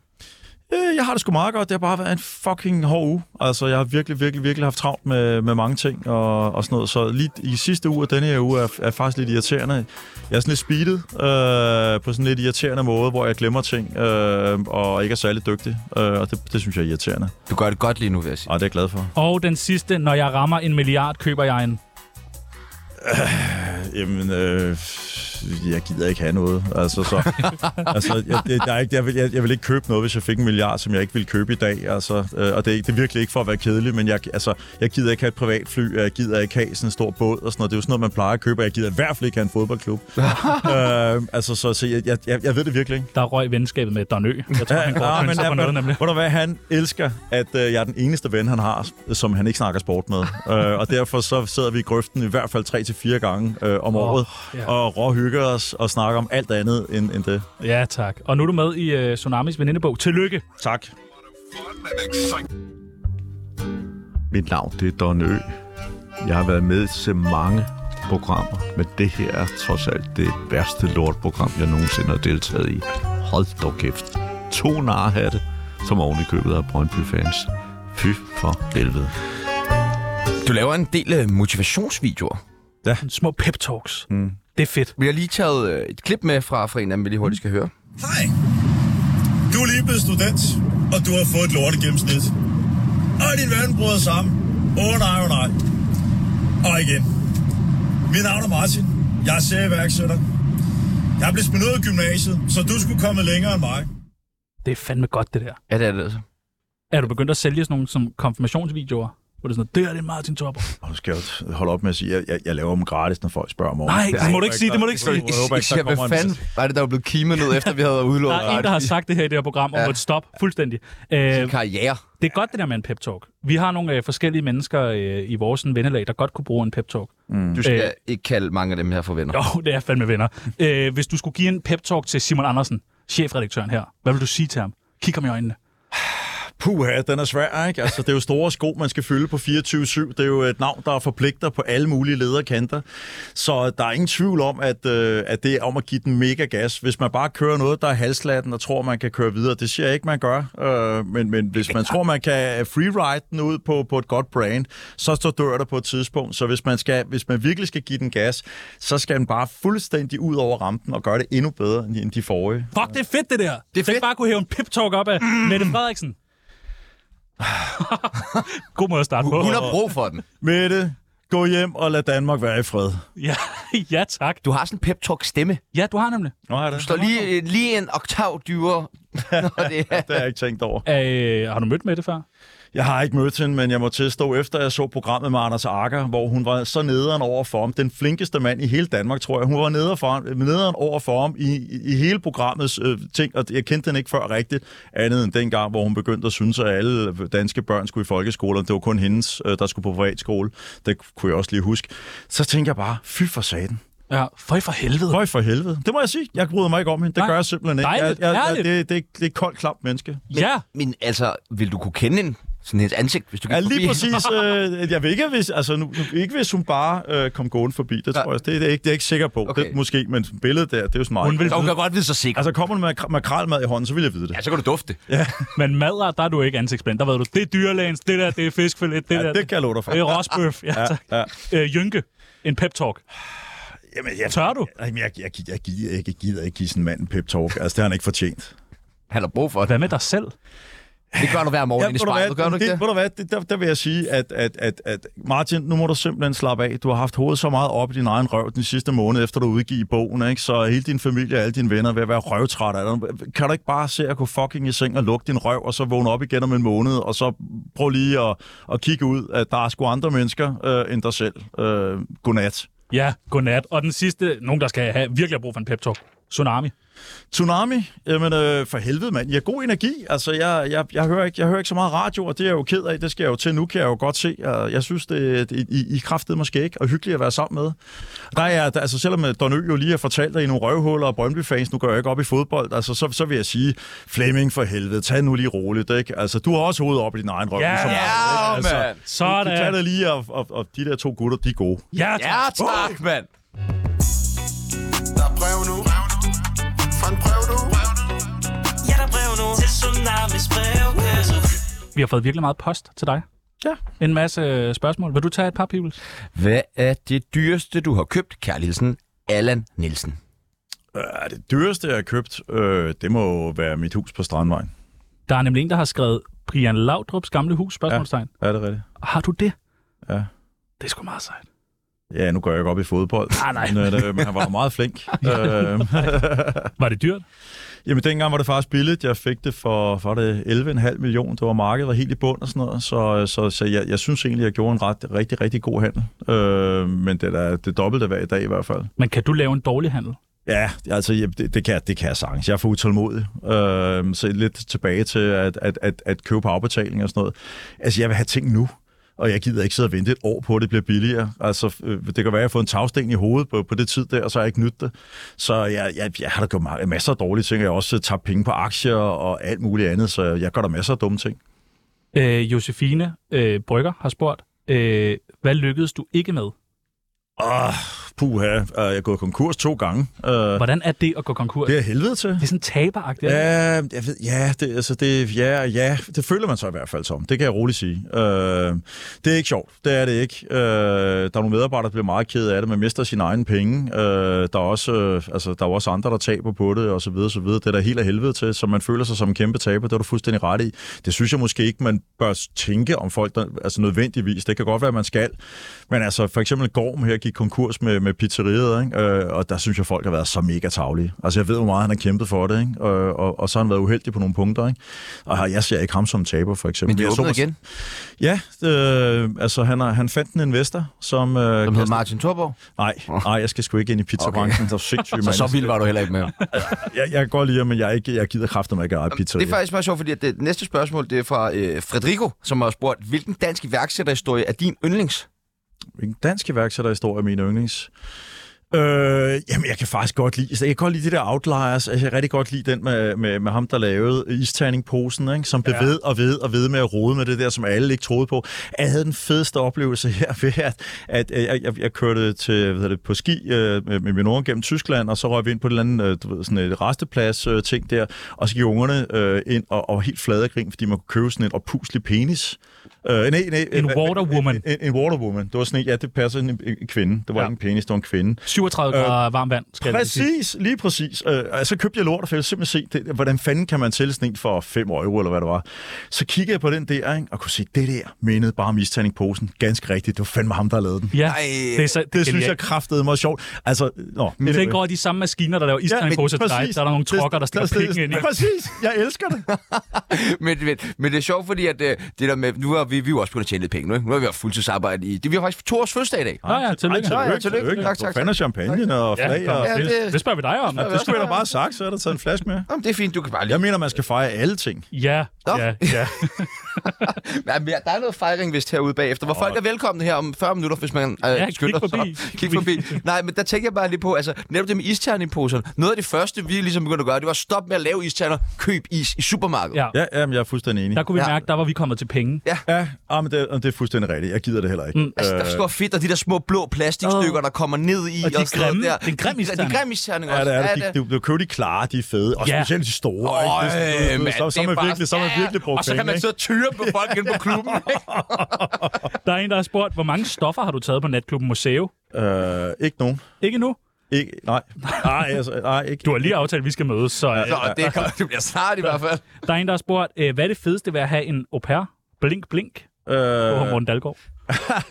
Speaker 3: Øh, jeg har det sgu meget godt. Det har bare været en fucking hård uge. Altså, jeg har virkelig, virkelig, virkelig haft travlt med, med mange ting og, og sådan noget. Så lige i sidste uge og denne her uge er, er faktisk lidt irriterende. Jeg er sådan lidt speedet øh, på sådan en lidt irriterende måde, hvor jeg glemmer ting øh, og ikke er særlig dygtig. Øh, og det, det synes jeg er irriterende.
Speaker 1: Du gør det godt lige nu, vil jeg sige.
Speaker 3: Og det er jeg glad for.
Speaker 4: Og den sidste, når jeg rammer en milliard, køber jeg en.
Speaker 3: Jamen, øh, jeg gider ikke have noget. Altså, så, altså, jeg, det, der er ikke, jeg, vil, jeg, jeg vil ikke købe noget, hvis jeg fik en milliard, som jeg ikke ville købe i dag. Altså, øh, og det er, ikke- det er virkelig ikke for at være kedelig, men jeg, altså, jeg gider ikke have et privatfly, og jeg gider ikke have sådan en stor båd og sådan noget. Det er jo sådan noget, man plejer at købe, og jeg gider i hvert fald ikke have en fodboldklub. øh, altså, så, så jeg, jeg, jeg, jeg ved det virkelig ikke.
Speaker 4: Der røg venskabet med Don Ø. Jeg tror, han går og pynser på noget, nemlig.
Speaker 3: Ved du hvad, han elsker, at øh, jeg er den eneste ven, han har, som han ikke snakker sport med.
Speaker 4: *laughs*
Speaker 3: øh, og derfor så sidder vi i grøften i hvert fald tre til fire gange øh, om oh, året,
Speaker 4: ja.
Speaker 3: og råhygger os og snakker om alt andet end, end det.
Speaker 4: Ja, tak. Og nu er du med i øh, Tsunamis venindebog. Tillykke.
Speaker 3: Tak.
Speaker 10: Mit navn det er Don Ø. Jeg har været med til mange programmer, men det her er trods alt det værste lortprogram, jeg nogensinde har deltaget i. Hold dog kæft. To narhatte, som oven i købet af Brøndby-fans. Fy for helvede.
Speaker 1: Du laver en del øh, motivationsvideoer.
Speaker 4: Små pep-talks. Mm. Det er fedt.
Speaker 1: Vi har lige taget øh, et klip med fra, fra en af dem, vi lige hurtigt skal høre.
Speaker 2: Hej. Du er lige blevet student, og du har fået et lorte gennemsnit. Og din verden bryder sammen. Åh oh, nej, åh oh, nej. Og igen. Mit navn er Martin. Jeg er serieværksætter. Jeg blev smidt ud af gymnasiet, så du skulle komme længere end mig.
Speaker 4: Det er fandme godt, det der.
Speaker 1: Ja, det er det altså.
Speaker 4: Er du begyndt at sælge sådan nogle som konfirmationsvideoer? Hvor det er sådan noget, det her det er Martin Topper.
Speaker 3: Og nu skal jeg jo holde op med at sige, at jeg, jeg, jeg laver dem gratis, når folk spørger mig om
Speaker 4: Nej,
Speaker 3: det.
Speaker 4: det må du ikke sige, det må du ikke sige.
Speaker 3: Jeg håber ikke,
Speaker 1: Ja,
Speaker 3: der
Speaker 1: hvad
Speaker 3: kommer en-
Speaker 1: fanden var det, der var blevet kimet ned, efter vi
Speaker 3: *laughs*
Speaker 1: havde udlået
Speaker 4: Der er en, der har sagt det her i det her program, og
Speaker 1: Ja.
Speaker 4: ja. måtte stoppe fuldstændig. Øh,
Speaker 1: karriere.
Speaker 4: Det er godt, det der med en pep-talk. Vi har nogle øh, forskellige mennesker øh, i vores sådan, vennelag, der godt kunne bruge en pep-talk.
Speaker 3: Mm.
Speaker 1: Du skal
Speaker 3: Øh.
Speaker 1: ikke kalde mange af dem her for venner.
Speaker 4: Jo, det er fandme venner. Øh, hvis du skulle give en pep-talk til Simon Andersen, chefredaktøren her, hvad vil du sige til ham? Kig ham i øjnene.
Speaker 3: Puha, den er svær, ikke? Altså, det er jo store sko, man skal fylde på 24-7. Det er jo et navn, der forpligter på alle mulige lederkanter. Så der er ingen tvivl om, at, øh, at det er om at give den mega gas. Hvis man bare kører noget, der er halslatten og tror, man kan køre videre, det siger jeg ikke, man gør. Øh, men, men hvis man tror, man kan freeride den ud på, på et godt brand, så står dør der på et tidspunkt. Så hvis man, skal, hvis man virkelig skal give den gas, så skal den bare fuldstændig ud over rampen og gøre det endnu bedre end end de forrige.
Speaker 4: Fuck, det er fedt, det der. Det er fedt. bare kunne hæve en pep-talk op af mm. Mette Frederiksen. *laughs* God måde at starte på.
Speaker 1: Hun har brug for den.
Speaker 3: Mette, gå hjem og lad Danmark være i fred.
Speaker 4: Ja, *laughs* ja, tak.
Speaker 1: Du har sådan en pep-talk-stemme.
Speaker 4: Ja, du har nemlig.
Speaker 3: Nå, er det.
Speaker 1: Du står lige, øh, lige en oktav *laughs* dyrere, når det er.
Speaker 3: Det har jeg ikke tænkt over.
Speaker 4: Øh, har du mødt med det før?
Speaker 3: Jeg har ikke mødt hende, men jeg må tilstå, efter jeg så programmet med Anders Akker, hvor hun var så nederen over for ham. Den flinkeste mand i hele Danmark, tror jeg. Hun var nederen, for ham, nederen over for ham i, i- i hele programmets øh, ting, og jeg kendte hende ikke før rigtigt, andet end dengang, hvor hun begyndte at synes, at alle danske børn skulle i folkeskole, og det var kun hendes, øh, der skulle på privatskole. Det kunne jeg også lige huske. Så tænker jeg bare, fy for satan.
Speaker 4: Ja, for for helvede.
Speaker 3: Høj for helvede. Det må jeg sige. Jeg bryder mig ikke om hende. Det
Speaker 4: Nej.
Speaker 3: gør jeg simpelthen ikke. Jeg,
Speaker 4: Dejligt.
Speaker 3: jeg, jeg,
Speaker 4: Ærligt.
Speaker 3: det, det, det er et koldt, klamt menneske.
Speaker 4: Ja,
Speaker 1: Men altså, vil du kunne kende hende? Sådan hendes ansigt, hvis du gik
Speaker 3: Ja, lige
Speaker 1: forbi?
Speaker 3: præcis. Øh, jeg ved ikke, hvis, altså, nu, nu- ikke hvis hun bare øh, kom gående forbi. Det tror jeg. Det, er- det, er ikke, det er jeg ikke sikker på.
Speaker 1: Okay.
Speaker 3: Okay. Det, måske, men billedet der, det er jo sådan meget.
Speaker 4: Hun vil-
Speaker 1: Hun kan godt vide sig sikkert.
Speaker 3: Altså, kommer hun med makra- makrelmad i hånden, så vil jeg vide det.
Speaker 1: Ja, så kan du dufte det.
Speaker 4: men madret, der er du ikke ansigtsblind. Der ved du, det er dyrlægens, det der, det er fiskfilet, det
Speaker 3: Ja,
Speaker 4: der,
Speaker 3: det kan jeg love dig for.
Speaker 4: det er rosbøf. Ja, tak.
Speaker 3: ja.
Speaker 4: Øh, Jynke, en pep-talk.
Speaker 3: Jamen, jeg,
Speaker 4: Tør du?
Speaker 3: Jamen, jeg, jeg, jeg, jeg, gider ikke, jeg gider ikke give sådan en mand en pep-talk. Altså, det har han ikke fortjent.
Speaker 1: Han har brug for det.
Speaker 4: Hvad med dig selv?
Speaker 1: Det gør du hver morgen ja, i
Speaker 3: ved du hvad,
Speaker 1: spejlet, gør du ikke
Speaker 3: det?
Speaker 1: det?
Speaker 3: Ved du hvad, det, der, der vil jeg sige, at, at, at, at Martin, nu må du simpelthen slappe af. Du har haft hovedet så meget op i din egen røv den sidste måned, efter du udgiver bogen, ikke? så hele din familie og alle dine venner vil være røvtræt af dig. Kan du ikke bare se at gå fucking i seng og lukke din røv, og så vågne op igen om en måned, og så prøv lige at, at kigge ud, at der er sgu andre mennesker øh, end dig selv. Øh, godnat.
Speaker 4: Ja, godnat. Og den sidste, nogen der skal have virkelig har brug for en pep-talk. Tsunami.
Speaker 3: Tsunami? Jamen, øh, for helvede, mand. Jeg har god energi. Altså, jeg, jeg, jeg, hører ikke, jeg hører ikke så meget radio, og det er jeg jo ked af. Det skal jeg jo til nu, kan jeg jo godt se. Og jeg synes, det, det I, I kraftede måske ikke, og hyggeligt at være sammen med. Der er, jeg- der, altså, selvom øh, Don Ø jo lige har fortalt dig i nogle røvhuller og Brøndby-fans, nu går jeg ikke op i fodbold, altså, så, så vil jeg sige, Flemming for helvede, tag nu lige roligt, ikke? Altså, du har også hovedet op i din egen røv.
Speaker 4: Ja,
Speaker 3: ligesom
Speaker 4: ja,
Speaker 3: mig, ikke?
Speaker 1: mand.
Speaker 3: Du, du tager
Speaker 4: Sådan.
Speaker 3: det lige, og, og, og, de der to gutter, de er gode.
Speaker 4: Ja, tak.
Speaker 1: Ja, tak, mand.
Speaker 7: Der er brev nu Fra en brev du
Speaker 6: Ja, der er brev nu til Tsunamis brevkasse.
Speaker 4: Vi har fået virkelig meget post til dig.
Speaker 3: Ja.
Speaker 4: En masse øh, spørgsmål. Vil du tage et par, Pibels?
Speaker 1: Hvad er det dyreste, du har købt? Kærlighedsen, Allan Nielsen.
Speaker 3: Øh, det dyreste, jeg har købt, øh, det må være mit hus på Strandvejen.
Speaker 4: Der er nemlig en, der har skrevet Brian Laudrups gamle hus, spørgsmålstegn.
Speaker 3: Er det rigtigt?
Speaker 4: Har du det?
Speaker 3: Ja.
Speaker 4: Det er sgu meget sejt.
Speaker 3: Ja, nu går jeg ikke op i fodbold.
Speaker 4: Ah, nej.
Speaker 3: Men, øh, men han var meget
Speaker 4: *laughs*
Speaker 3: flink. Øh,
Speaker 4: var det dyrt?
Speaker 3: Jamen, dengang var det faktisk billigt. Jeg fik det for, for det 11,5 millioner. Det var markedet var helt i bund og sådan noget. Så, øh, så, så jeg, jeg synes egentlig, jeg gjorde en ret, rigtig, rigtig god handel. Øh, men det er da det dobbelte hver i dag i hvert fald.
Speaker 4: Men kan du lave en dårlig handel?
Speaker 3: Ja, altså ja, det, det, kan, jeg- det kan jeg sagtens. Jeg er for utålmodig. Øh, så lidt tilbage til at, at, at, at købe på afbetaling og sådan noget. Altså, jeg vil have ting nu. Og jeg gider ikke sidde og vente et år på, at det bliver billigere. Altså, øh, det kan være, at jeg har fået en tagsten i hovedet på, på det tid der, og så har jeg ikke nyttet det. Så jeg, jeg, jeg har da gjort ma- masser af dårlige ting. Jeg har også tabt penge på aktier og alt muligt andet, så jeg gør der masser af dumme ting.
Speaker 4: Øh, Josefine øh, Brygger har spurgt, øh, hvad lykkedes du ikke med?
Speaker 3: Åh, puha. Øh, Jeg er gået konkurs to gange. Øh,
Speaker 4: Hvordan er det at gå konkurs?
Speaker 3: Det er helvede til.
Speaker 4: Det er sådan taberagtigt. ikke?
Speaker 3: Ja, jeg ved, ja, det, altså det, ja, ja, det føler man så i hvert fald som. Det kan jeg roligt sige. Øh, det er ikke sjovt. Det er det ikke. Øh, der er nogle medarbejdere, der bliver meget ked af det. Man mister sine egne penge. Øh, der, er også, øh, altså, der er jo også andre, der taber på det, og så videre, så videre. Det er der helt af helvede til, så man føler sig som en kæmpe taber. Det er du fuldstændig ret i. Det synes jeg måske ikke, man bør tænke om folk, der, altså nødvendigvis. Det kan godt være, at man skal. Men altså, for eksempel Gorm her gik konkurs med, med pizzeriet, ikke? Øh, og der synes jeg, folk har været så mega tavlige. Altså, jeg ved, hvor meget han har kæmpet for det, ikke? Og, og, og så har han været uheldig på nogle punkter. Ikke? Og jeg ser ikke ham som en taber, for eksempel.
Speaker 1: Men de
Speaker 3: Jeg så
Speaker 1: åbnede
Speaker 3: mig-
Speaker 1: igen,
Speaker 3: Ja, øh, altså han, har, han fandt en investor, som... Øh,
Speaker 1: som hedder
Speaker 3: kastede-
Speaker 1: Martin Thorborg.
Speaker 3: Nej, nej, jeg skal sgu ikke ind i pizzabranchen. Okay. Så
Speaker 1: *laughs*
Speaker 3: sindssygt,
Speaker 1: Så, så vild var du heller ikke med.
Speaker 3: Jeg, jeg går lige, men jeg, er ikke, jeg gider kræfter mig ikke at eje pizzeria.
Speaker 1: Det er faktisk meget sjovt, fordi at det næste spørgsmål det er fra øh, Frederico, som har spurgt, hvilken dansk iværksætterhistorie er din yndlings?
Speaker 3: En dansk iværksætterhistorie er min yndlings. Øh, jamen, jeg kan faktisk godt lide, altså, jeg kan godt lide det der Outliers. Altså, jeg kan rigtig godt lide den med, med, med ham, der lavede isterningposen, ikke? som blev ja. ved og ved og ved med at rode med det der, som alle ikke troede på. Jeg havde den fedeste oplevelse *laughs* her ved, at, at øh, jeg, jeg, jeg kørte til, hvad hedder det, på ski øh, med med min unge gennem Tyskland, og så røg vi ind på et eller andet øh, du ved, sådan et resteplads øh, ting der, og så gik ungerne øh, ind og, og var helt flade af grin, fordi man kunne købe sådan en oppuslig penis. Øh, nej, nej,
Speaker 4: En
Speaker 3: øh,
Speaker 4: waterwoman.
Speaker 3: en, en waterwoman. Det var sådan en, ja, det passer en, en kvinde. Det var
Speaker 4: Ja.
Speaker 3: ja. ikke en penis, det var en kvinde.
Speaker 4: 37 grader øh, varmt vand, skal jeg lige sige.
Speaker 3: Præcis, lige præcis. Øh, og så købte jeg lort, for jeg ville simpelthen se, det, hvordan fanden kan man tælle sådan en for 5 euro, eller hvad det var. Så kiggede jeg på den der, ikke, og kunne se, det der mindede bare om istandingposen. Ganske rigtigt, det var fandme ham, der lavede den.
Speaker 4: Ja,
Speaker 1: Ej,
Speaker 4: det, er så, det,
Speaker 3: Det, det synes jeg kraftede mig sjovt. Altså, nå.
Speaker 4: Men
Speaker 3: anyway.
Speaker 4: tænk over at de samme maskiner, der laver
Speaker 3: men
Speaker 4: istandingposer ja, til dig.
Speaker 3: præcis.
Speaker 4: Der er der nogle
Speaker 3: Det-
Speaker 4: trokker, der stikker
Speaker 3: det-
Speaker 4: penge ind i.
Speaker 3: Præcis, jeg elsker det.
Speaker 1: *laughs* men, men, men det er sjovt, fordi at, øh, det der med, nu har vi, vi er jo også begyndt at tjene lidt penge. Nu, ikke? nu har vi haft fuldtidsarbejde i... Det, vi har faktisk to års fødselsdag i dag.
Speaker 4: Nå ja, tillykke.
Speaker 3: Ej,
Speaker 1: Ja, ja, tillykke. Tak,
Speaker 3: Du
Speaker 1: tak,
Speaker 3: fandt
Speaker 1: tak.
Speaker 3: champagne og
Speaker 4: Ja,
Speaker 3: flag.
Speaker 4: kom,
Speaker 3: og-
Speaker 1: Ja,
Speaker 4: det,
Speaker 1: det-
Speaker 4: det spørger vi dig om.
Speaker 3: Det skulle jeg da bare have sagt, så er der taget en flaske med.
Speaker 1: Jamen, det er fint, du kan bare lige...
Speaker 3: Jeg mener, man skal fejre alle ting.
Speaker 4: Ja,
Speaker 1: Nå.
Speaker 4: ja, ja.
Speaker 1: Jamen, ja, der er noget fejring vist herude bagefter, hvor folk er velkomne her om 40 minutter, hvis man øh,
Speaker 4: Ja, kig
Speaker 1: skynder
Speaker 4: forbi.
Speaker 1: sig. Kig forbi. Nej, men der tænker jeg bare lige på, altså netop det med isterningeposerne. Noget af det første, vi ligesom begyndte at gøre, det var stop med at lave isterner, køb is i supermarkedet.
Speaker 4: ja.
Speaker 3: Ja, jamen, jeg er fuldstændig enig.
Speaker 4: Der kunne vi
Speaker 1: Ja.
Speaker 4: mærke, der var vi kommet til penge.
Speaker 3: Ja, ah, men det, og det er fuldstændig rigtigt. Jeg gider det heller ikke.
Speaker 4: Mm.
Speaker 3: Mm.
Speaker 1: Altså, der står fedt, og de der små blå plastikstykker, der kommer ned i.
Speaker 4: Og de
Speaker 1: sådan noget
Speaker 4: grimme.
Speaker 1: Der.
Speaker 4: Det er en grim
Speaker 1: De, de
Speaker 4: isterning.
Speaker 1: grimme isterninger
Speaker 3: Ja,
Speaker 1: også.
Speaker 3: det er det. De, de, de, køber de klare, de er fede. Og
Speaker 4: Ja.
Speaker 3: specielt de store.
Speaker 1: Øj,
Speaker 3: ikke? Det er sådan, du ved,
Speaker 1: mand,
Speaker 3: så, så,
Speaker 1: det
Speaker 3: er man
Speaker 1: bare-
Speaker 3: virkelig, så er man
Speaker 1: Ja,
Speaker 3: virkelig brugt
Speaker 1: Og så kan
Speaker 3: penge,
Speaker 1: man sidde og tyre på folk inde på klubben. ikke?
Speaker 4: Der er en, der har spurgt, hvor mange stoffer har du taget på Natklubben Museo?
Speaker 3: ikke? Øh, ikke nogen.
Speaker 4: Ikke nu.
Speaker 3: Ikke, nej. Nej, altså, nej, ikke.
Speaker 4: Du har lige aftalt, at vi skal mødes, så øh,
Speaker 1: Så det, kommer- det bliver snart i hvert fald.
Speaker 4: der er en, der har spurgt, øh, hvad er det fedeste ved at have en au pair? Blink, blink.
Speaker 3: Øh, *laughs*
Speaker 4: På Morten Dalgaard.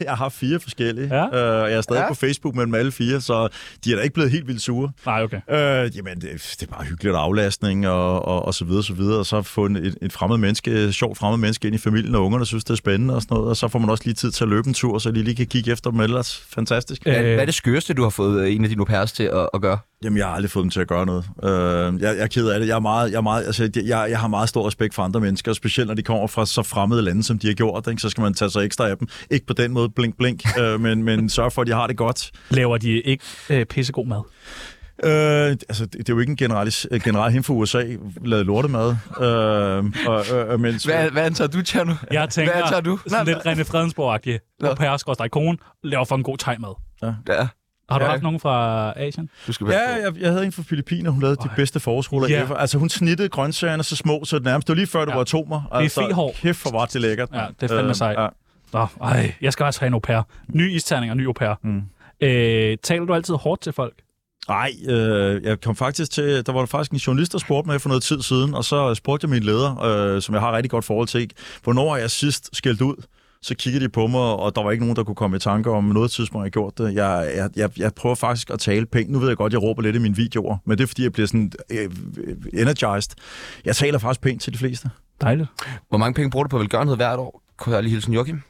Speaker 3: jeg har fire forskellige.
Speaker 4: Ja.
Speaker 3: Ja. Øh, jeg er stadig
Speaker 1: Ja.
Speaker 3: ja. på Facebook mellem alle fire, så de er da ikke blevet helt vildt sure.
Speaker 4: Nej, okay.
Speaker 3: Øh, jamen, det, det er bare hyggeligt og aflastning og, og, og så videre, så videre. Og så få en, et, et fremmed menneske, et sjovt fremmed menneske ind i familien, og ungerne synes, det er spændende og sådan noget. Og så får man også lige tid til at løbe en tur, så de lige kan kigge efter dem ellers. Fantastisk.
Speaker 4: Øh,
Speaker 3: Øh.
Speaker 1: Hvad er det skøreste, du har fået øh, en af dine au pairs til at, at gøre?
Speaker 3: Jamen, jeg har aldrig fået dem til at gøre noget. Øh, jeg, jeg er ked af det. Jeg, er meget, jeg, er meget, altså, jeg, jeg har meget stor respekt for andre mennesker, specielt når de kommer fra så fremmede lande, som de har gjort. Ikke? Så skal man tage sig ekstra af dem. Ikke på den måde, blink, blink, øh, *laughs* men, men sørg for, at de har det godt.
Speaker 4: Laver de ikke øh, pissegod mad?
Speaker 3: Øh, altså, det, det er jo ikke en generalis, øh, general hen fra USA, lavet lortemad. Øh, og, øh, men,
Speaker 1: Hvad, hvad antager du, Tjerno?
Speaker 4: Jeg tænker,
Speaker 1: hvad antager du?
Speaker 4: sådan lidt René Fredensborg-agtig.
Speaker 1: Nå.
Speaker 4: Au pair, skorstræk kone, laver for en god thai-mad.
Speaker 1: Ja,
Speaker 4: Har du
Speaker 3: Ja.
Speaker 4: haft nogen fra Asien?
Speaker 1: du skal
Speaker 3: Ja, jeg, jeg havde en fra Filippiner, hun lavede de bedste forårsruller
Speaker 4: Ja.
Speaker 3: yeah. ever. Altså, hun snittede grøntsagerne så små, så det nærmest det var lige før, det
Speaker 4: Ja.
Speaker 3: var atomer.
Speaker 4: er
Speaker 3: Altså,
Speaker 4: fehår.
Speaker 3: Kæft, hvor var det lækkert.
Speaker 4: Ja, det er fandme
Speaker 3: Øh,
Speaker 4: sejt.
Speaker 3: ja.
Speaker 4: Nå, ej, jeg skal også have en au pair. Ny isterning og ny au pair. Mm.
Speaker 3: Mm.
Speaker 4: Øh, taler du altid hårdt til folk?
Speaker 3: Nej, øh, jeg kom faktisk til, der var faktisk en journalist, der spurgte mig for noget tid siden, og så spurgte jeg min leder, øh, som jeg har rigtig godt forhold til, hvornår har jeg sidst skældt ud? Så kiggede de på mig, og der var ikke nogen, der kunne komme i tanke om noget tidspunkt, jeg gjort det. Jeg, jeg, jeg, jeg prøver faktisk at tale pænt. Nu ved jeg godt, jeg råber lidt i mine videoer, men det er fordi, jeg bliver sådan øh, energized. Jeg taler faktisk pænt til de fleste.
Speaker 4: Dejligt.
Speaker 1: Hvor mange penge bruger du på velgørenhed hvert år? Kunne jeg lige hilsen Joachim?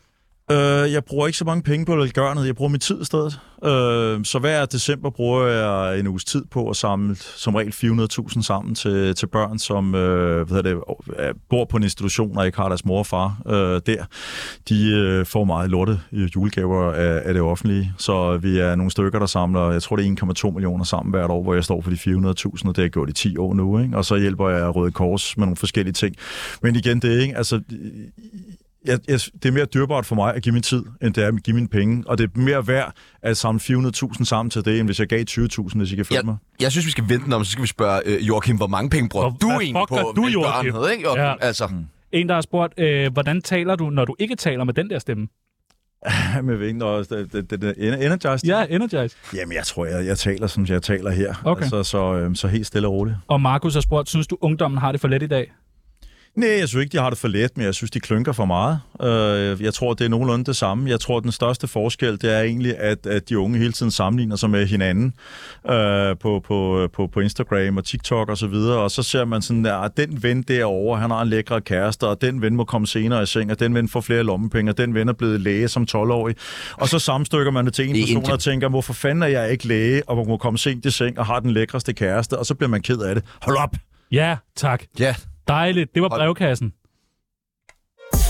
Speaker 3: Øh, jeg bruger ikke så mange penge på velgørenhed. Jeg bruger min tid i stedet. Øh, så hver december bruger jeg en uges tid på at samle som regel 400.000 sammen til, til børn, som øh, hvad hedder det, øh, bor på en institution og ikke har deres mor og far øh, der. De øh, får meget lorte øh, julegaver af, af det offentlige. Så vi er nogle stykker, der samler, jeg tror det er 1,2 millioner sammen hvert år, hvor jeg står for de 400.000, og det har jeg gjort i 10 år nu. Ikke? Og så hjælper jeg Røde Kors med nogle forskellige ting. Men igen, det er ikke... Altså, jeg, jeg, det er mere dyrbart for mig at give min tid, end det er at give mine penge. Og det er mere værd at samle 400.000 sammen til det, end hvis jeg gav 20.000, hvis I kan følge
Speaker 1: Jeg,
Speaker 3: mig.
Speaker 1: jeg synes, vi skal vente den om, så skal vi spørge øh, Joachim, hvor mange penge bruger
Speaker 4: Hvor-
Speaker 1: du
Speaker 4: hvad
Speaker 1: egentlig
Speaker 4: fuck
Speaker 1: på
Speaker 4: gør du, Joachim?
Speaker 1: velgørenhed? Ikke, Joachim?
Speaker 4: Ja.
Speaker 1: Ja. Altså,
Speaker 4: En, der har spurgt, øh, hvordan taler du, når du ikke taler med den der stemme?
Speaker 3: Med vingen og det, det, det, det, energized.
Speaker 4: Ja, Energize.
Speaker 3: Jamen, jeg tror, jeg, jeg taler, som jeg taler her.
Speaker 4: Okay.
Speaker 3: Altså, så, øhm, så helt stille og roligt.
Speaker 4: Og Markus har spurgt, synes du, ungdommen har det for let i dag?
Speaker 3: Nej, jeg synes ikke, de har det for let, men jeg synes, de klynker for meget. Øh, jeg tror, det er nogenlunde det samme. Jeg tror, den største forskel, det er egentlig, at, at de unge hele tiden sammenligner sig med hinanden øh, på, på, på, på Instagram og TikTok og så videre, og så ser man sådan, at den ven derovre, han har en lækre kæreste, og den ven må komme senere i seng, og den ven får flere lommepenge, og den ven er blevet læge som 12-årig. Og så sammenstykker man det til en
Speaker 1: Det er
Speaker 3: person
Speaker 1: Indien.
Speaker 3: og tænker, hvorfor fanden er jeg ikke læge, og hvor må komme sent i seng, og har den lækreste kæreste, og så bliver man ked af det. Hold op!
Speaker 4: Ja, tak.
Speaker 1: ja.
Speaker 4: Dejligt. Det var brevkassen.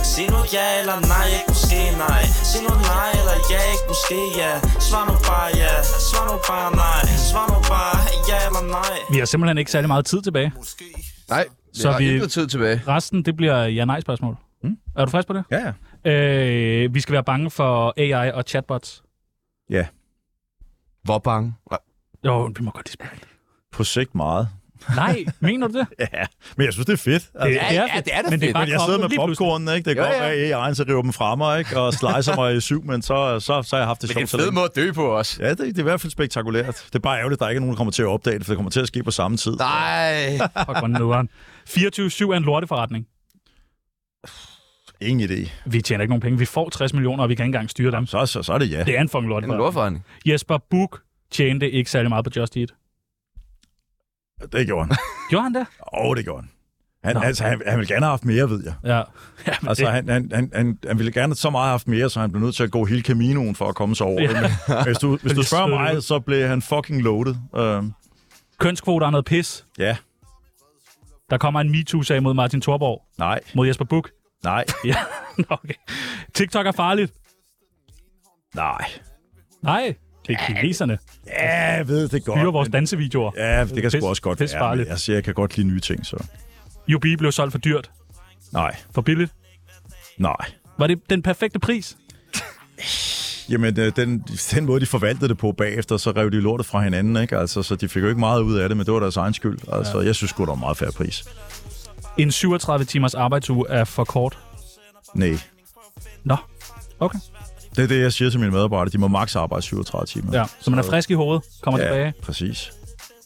Speaker 6: Sig nu ja eller nej, ikke måske nej Sig nu nej eller ja, ikke måske ja Svar nu bare ja, svar nu bare nej Svar nu bare ja eller nej
Speaker 4: Vi har simpelthen ikke særlig meget tid tilbage.
Speaker 1: Nej,
Speaker 4: Så
Speaker 1: så har
Speaker 4: vi-
Speaker 1: vi... intet tid tilbage.
Speaker 4: Resten, det bliver ja-nej-spørgsmål. Mm. Er du frisk på det?
Speaker 3: Ja, ja.
Speaker 4: Øh, vi skal være bange for AI og chatbots.
Speaker 3: Ja,
Speaker 1: Hvor bange? Nej.
Speaker 4: Jo, vi må godt lige spørge.
Speaker 3: på sigt meget.
Speaker 4: Nej, mener du det?
Speaker 3: *laughs* Ja, men jeg synes, det er fedt. Altså,
Speaker 4: Det
Speaker 3: det
Speaker 4: er
Speaker 3: er,
Speaker 4: ja,
Speaker 1: det er da
Speaker 4: men det er
Speaker 1: fedt.
Speaker 4: bare
Speaker 3: men jeg sidder
Speaker 4: kommet
Speaker 3: med
Speaker 4: lige pludselig.
Speaker 3: popcornen, ikke? Det kan
Speaker 1: Ja,
Speaker 3: godt
Speaker 1: ja.
Speaker 3: være, at AI så river dem fra mig, ikke? Og slicer mig i syv, men så, så, så har jeg haft det
Speaker 1: Det er en
Speaker 3: sjovt så
Speaker 1: fed
Speaker 3: længe.
Speaker 1: måde at dø på os.
Speaker 3: Ja, det, det er i hvert fald spektakulært. Det er bare ærgerligt, at der ikke er nogen, der kommer til at opdage det, for det kommer til at ske på samme tid.
Speaker 1: Nej.
Speaker 4: *laughs* Fuck, hvor nederen. 24-7 er en lorteforretning.
Speaker 3: Ingen idé.
Speaker 4: Vi tjener ikke nogen penge. Vi får 60 millioner, og vi kan ikke engang styre dem.
Speaker 3: Så, så, så er det ja.
Speaker 4: Det er en fucking
Speaker 1: En
Speaker 4: lorteforretning.
Speaker 1: lortforretning.
Speaker 4: Jesper Buch tjente ikke særlig meget på Just Eat.
Speaker 3: Det gjorde han.
Speaker 4: Gjorde han det?
Speaker 3: Åh, oh, det gjorde han. Han,
Speaker 4: Nå.
Speaker 3: altså, han, han ville gerne have haft mere, ved jeg.
Speaker 4: Ja. ja men
Speaker 3: Altså,
Speaker 4: det,
Speaker 3: han, han, han, han, han ville gerne så meget have haft mere, så han blev nødt til at gå hele Caminoen for at komme sig over.
Speaker 4: Ja.
Speaker 3: det. Men Hvis du, hvis du spørger mig, så blev han fucking loaded. Uh,
Speaker 4: *laughs* kønskvoter er noget pis.
Speaker 3: ja,
Speaker 4: Der kommer en MeToo-sag mod Martin Thorborg,
Speaker 3: nej,
Speaker 4: mod Jesper Buch. *laughs*
Speaker 3: nej,
Speaker 4: Ja, nå, okay. TikTok er farligt.
Speaker 3: nej.
Speaker 4: Nej, det er kineserne.
Speaker 3: Ja, jeg ved det godt.
Speaker 4: Fyre vores
Speaker 3: men-
Speaker 4: dansevideoer.
Speaker 3: Ja, det kan
Speaker 4: Pis-
Speaker 3: sgu også godt
Speaker 4: pis
Speaker 3: være. men
Speaker 4: farligt.
Speaker 3: Jeg siger, jeg kan godt lide nye ting, så...
Speaker 4: Jubi blev solgt for dyrt.
Speaker 3: Nej,
Speaker 4: For billigt.
Speaker 3: nej.
Speaker 4: Var det den perfekte pris?
Speaker 3: Jamen, øh, den, den måde, de forvaltede det på bagefter, så rev de lortet fra hinanden, ikke? Altså, så de fik jo ikke meget ud af det, men det var deres egen skyld. Altså, ja. jeg synes sgu, der var en meget færre pris.
Speaker 4: En 37-timers arbejdsuge er for kort.
Speaker 3: Nej.
Speaker 4: Nå, okay.
Speaker 3: Det er det, jeg siger til mine medarbejdere. De må maks arbejde 37 timer.
Speaker 4: Ja, så man er frisk i hovedet, kommer ja. tilbage.
Speaker 3: ja præcis.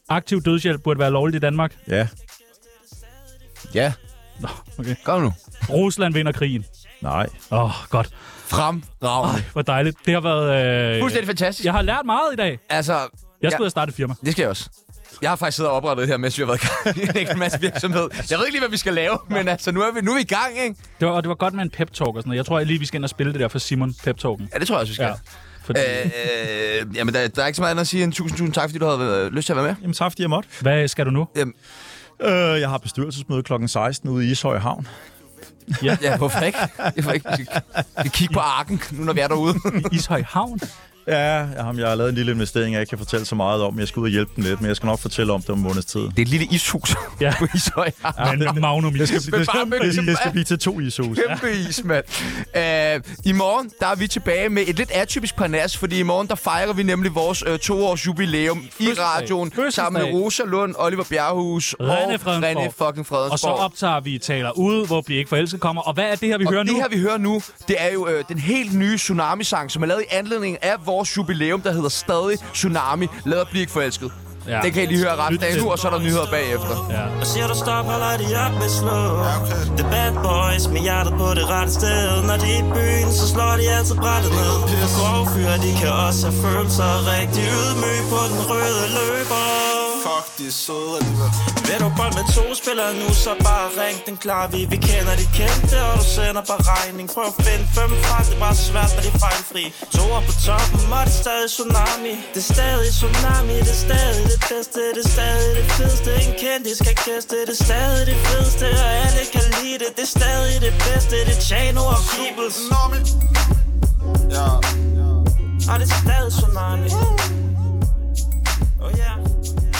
Speaker 4: Aktiv dødshjælp burde være lovligt i Danmark.
Speaker 3: Ja,
Speaker 1: Ja.
Speaker 4: Nå, okay.
Speaker 1: Kom nu.
Speaker 4: Rusland vinder krigen.
Speaker 3: nej.
Speaker 4: Åh, oh, godt.
Speaker 1: Fremragende.
Speaker 4: Hvor dejligt. Det har været... Øh...
Speaker 1: Fuldstændig fantastisk.
Speaker 4: Jeg har lært meget i dag.
Speaker 1: Altså,
Speaker 4: Jeg skulle
Speaker 1: Ja.
Speaker 4: ud og starte et firma.
Speaker 1: Det skal jeg også. Jeg har faktisk siddet og oprettet det her, mens vi har været i gang *laughs* i en hel masse virksomhed. Jeg ved ikke lige, hvad vi skal lave, men altså, nu er vi, nu er vi i gang, ikke?
Speaker 4: Det var, og det var godt med en pep-talk og sådan noget. Jeg tror jeg lige, vi skal ind og spille det der for Simon pep-talken.
Speaker 1: Ja, det tror jeg også, vi skal.
Speaker 4: Ja.
Speaker 1: Ja.
Speaker 4: Fordi, øh...
Speaker 1: Øh, øh, jamen, der, der er ikke så meget andet at sige end tusind, tusind tak, fordi du havde øh, lyst til at være med.
Speaker 3: Jamen, tak fordi jeg måtte.
Speaker 4: Hvad skal du nu?
Speaker 3: Øh, jeg har bestyrelsesmøde kl. 16 ude i Ishøj Havn.
Speaker 1: Ja, hvorfor ikke? Hvorfor ikke? Vi skal, vi skal kigge på arken, nu når vi er derude.
Speaker 4: Ishøj Havn?
Speaker 3: Ja, jamen, jeg har lavet en lille investering, jeg ikke kan fortælle så meget om. Jeg skal ud og hjælpe dem lidt, men jeg skal nok fortælle om det om en måneds tid.
Speaker 1: Det er et lille ishus
Speaker 4: Ja.
Speaker 1: ja. på Ishøj.
Speaker 4: Men Magnum
Speaker 3: Det skal, *laughs*
Speaker 4: is.
Speaker 3: det
Speaker 1: bare
Speaker 3: skal,
Speaker 1: med
Speaker 3: det skal,
Speaker 1: ligesom-
Speaker 3: det skal blive til to ishus.
Speaker 1: Kæmpe is, mand. Øh, I morgen, der er vi tilbage med et lidt atypisk parnas, fordi i morgen, der fejrer vi nemlig vores øh, toårs jubilæum i radioen.
Speaker 4: Fødselsdag.
Speaker 1: Sammen med Rosa Lund, Oliver Bjerghus
Speaker 4: René
Speaker 1: og
Speaker 4: Fredensborg.
Speaker 1: René fucking Fredensborg.
Speaker 4: Og så optager vi taler ud, hvor vi ikke forelsket kommer. Og hvad er det her, vi
Speaker 1: og
Speaker 4: hører
Speaker 1: det
Speaker 4: nu?
Speaker 1: her, vi hører nu, det er jo øh, den helt nye Tsunami-sang, som er lavet i anledning af vores jubilæum, der hedder stadig Tsunami, lavet at blive ikke forelsket.
Speaker 6: Ja.
Speaker 1: Den kan I lige høre resten af nu, og så er der nyheder bagefter.
Speaker 4: Ja.
Speaker 6: Og siger du stop, holder de op med slå The bad boys med hjertet på det rette sted Når de er i byen, så slår de altid brættet ned Og grove fyre, de kan også have følelser Rigtig ydmyg på den røde løber Fuck, de er søde alligevel Vil du bold med to spillere nu, så bare ring den klar Vi, vi kender de kendte, og du sender bare regning Prøv at finde fem fra, det er bare svært, når de er fejlfri To er på toppen, og det er stadig tsunami Det er stadig tsunami, det er stadig det bedste Det er stadig det fedeste, en kendis kan kaste Det er stadig det fedeste, og alle kan lide det Det er stadig det bedste, det er Chano og Peebles Ja Og det er stadig tsunami Oh yeah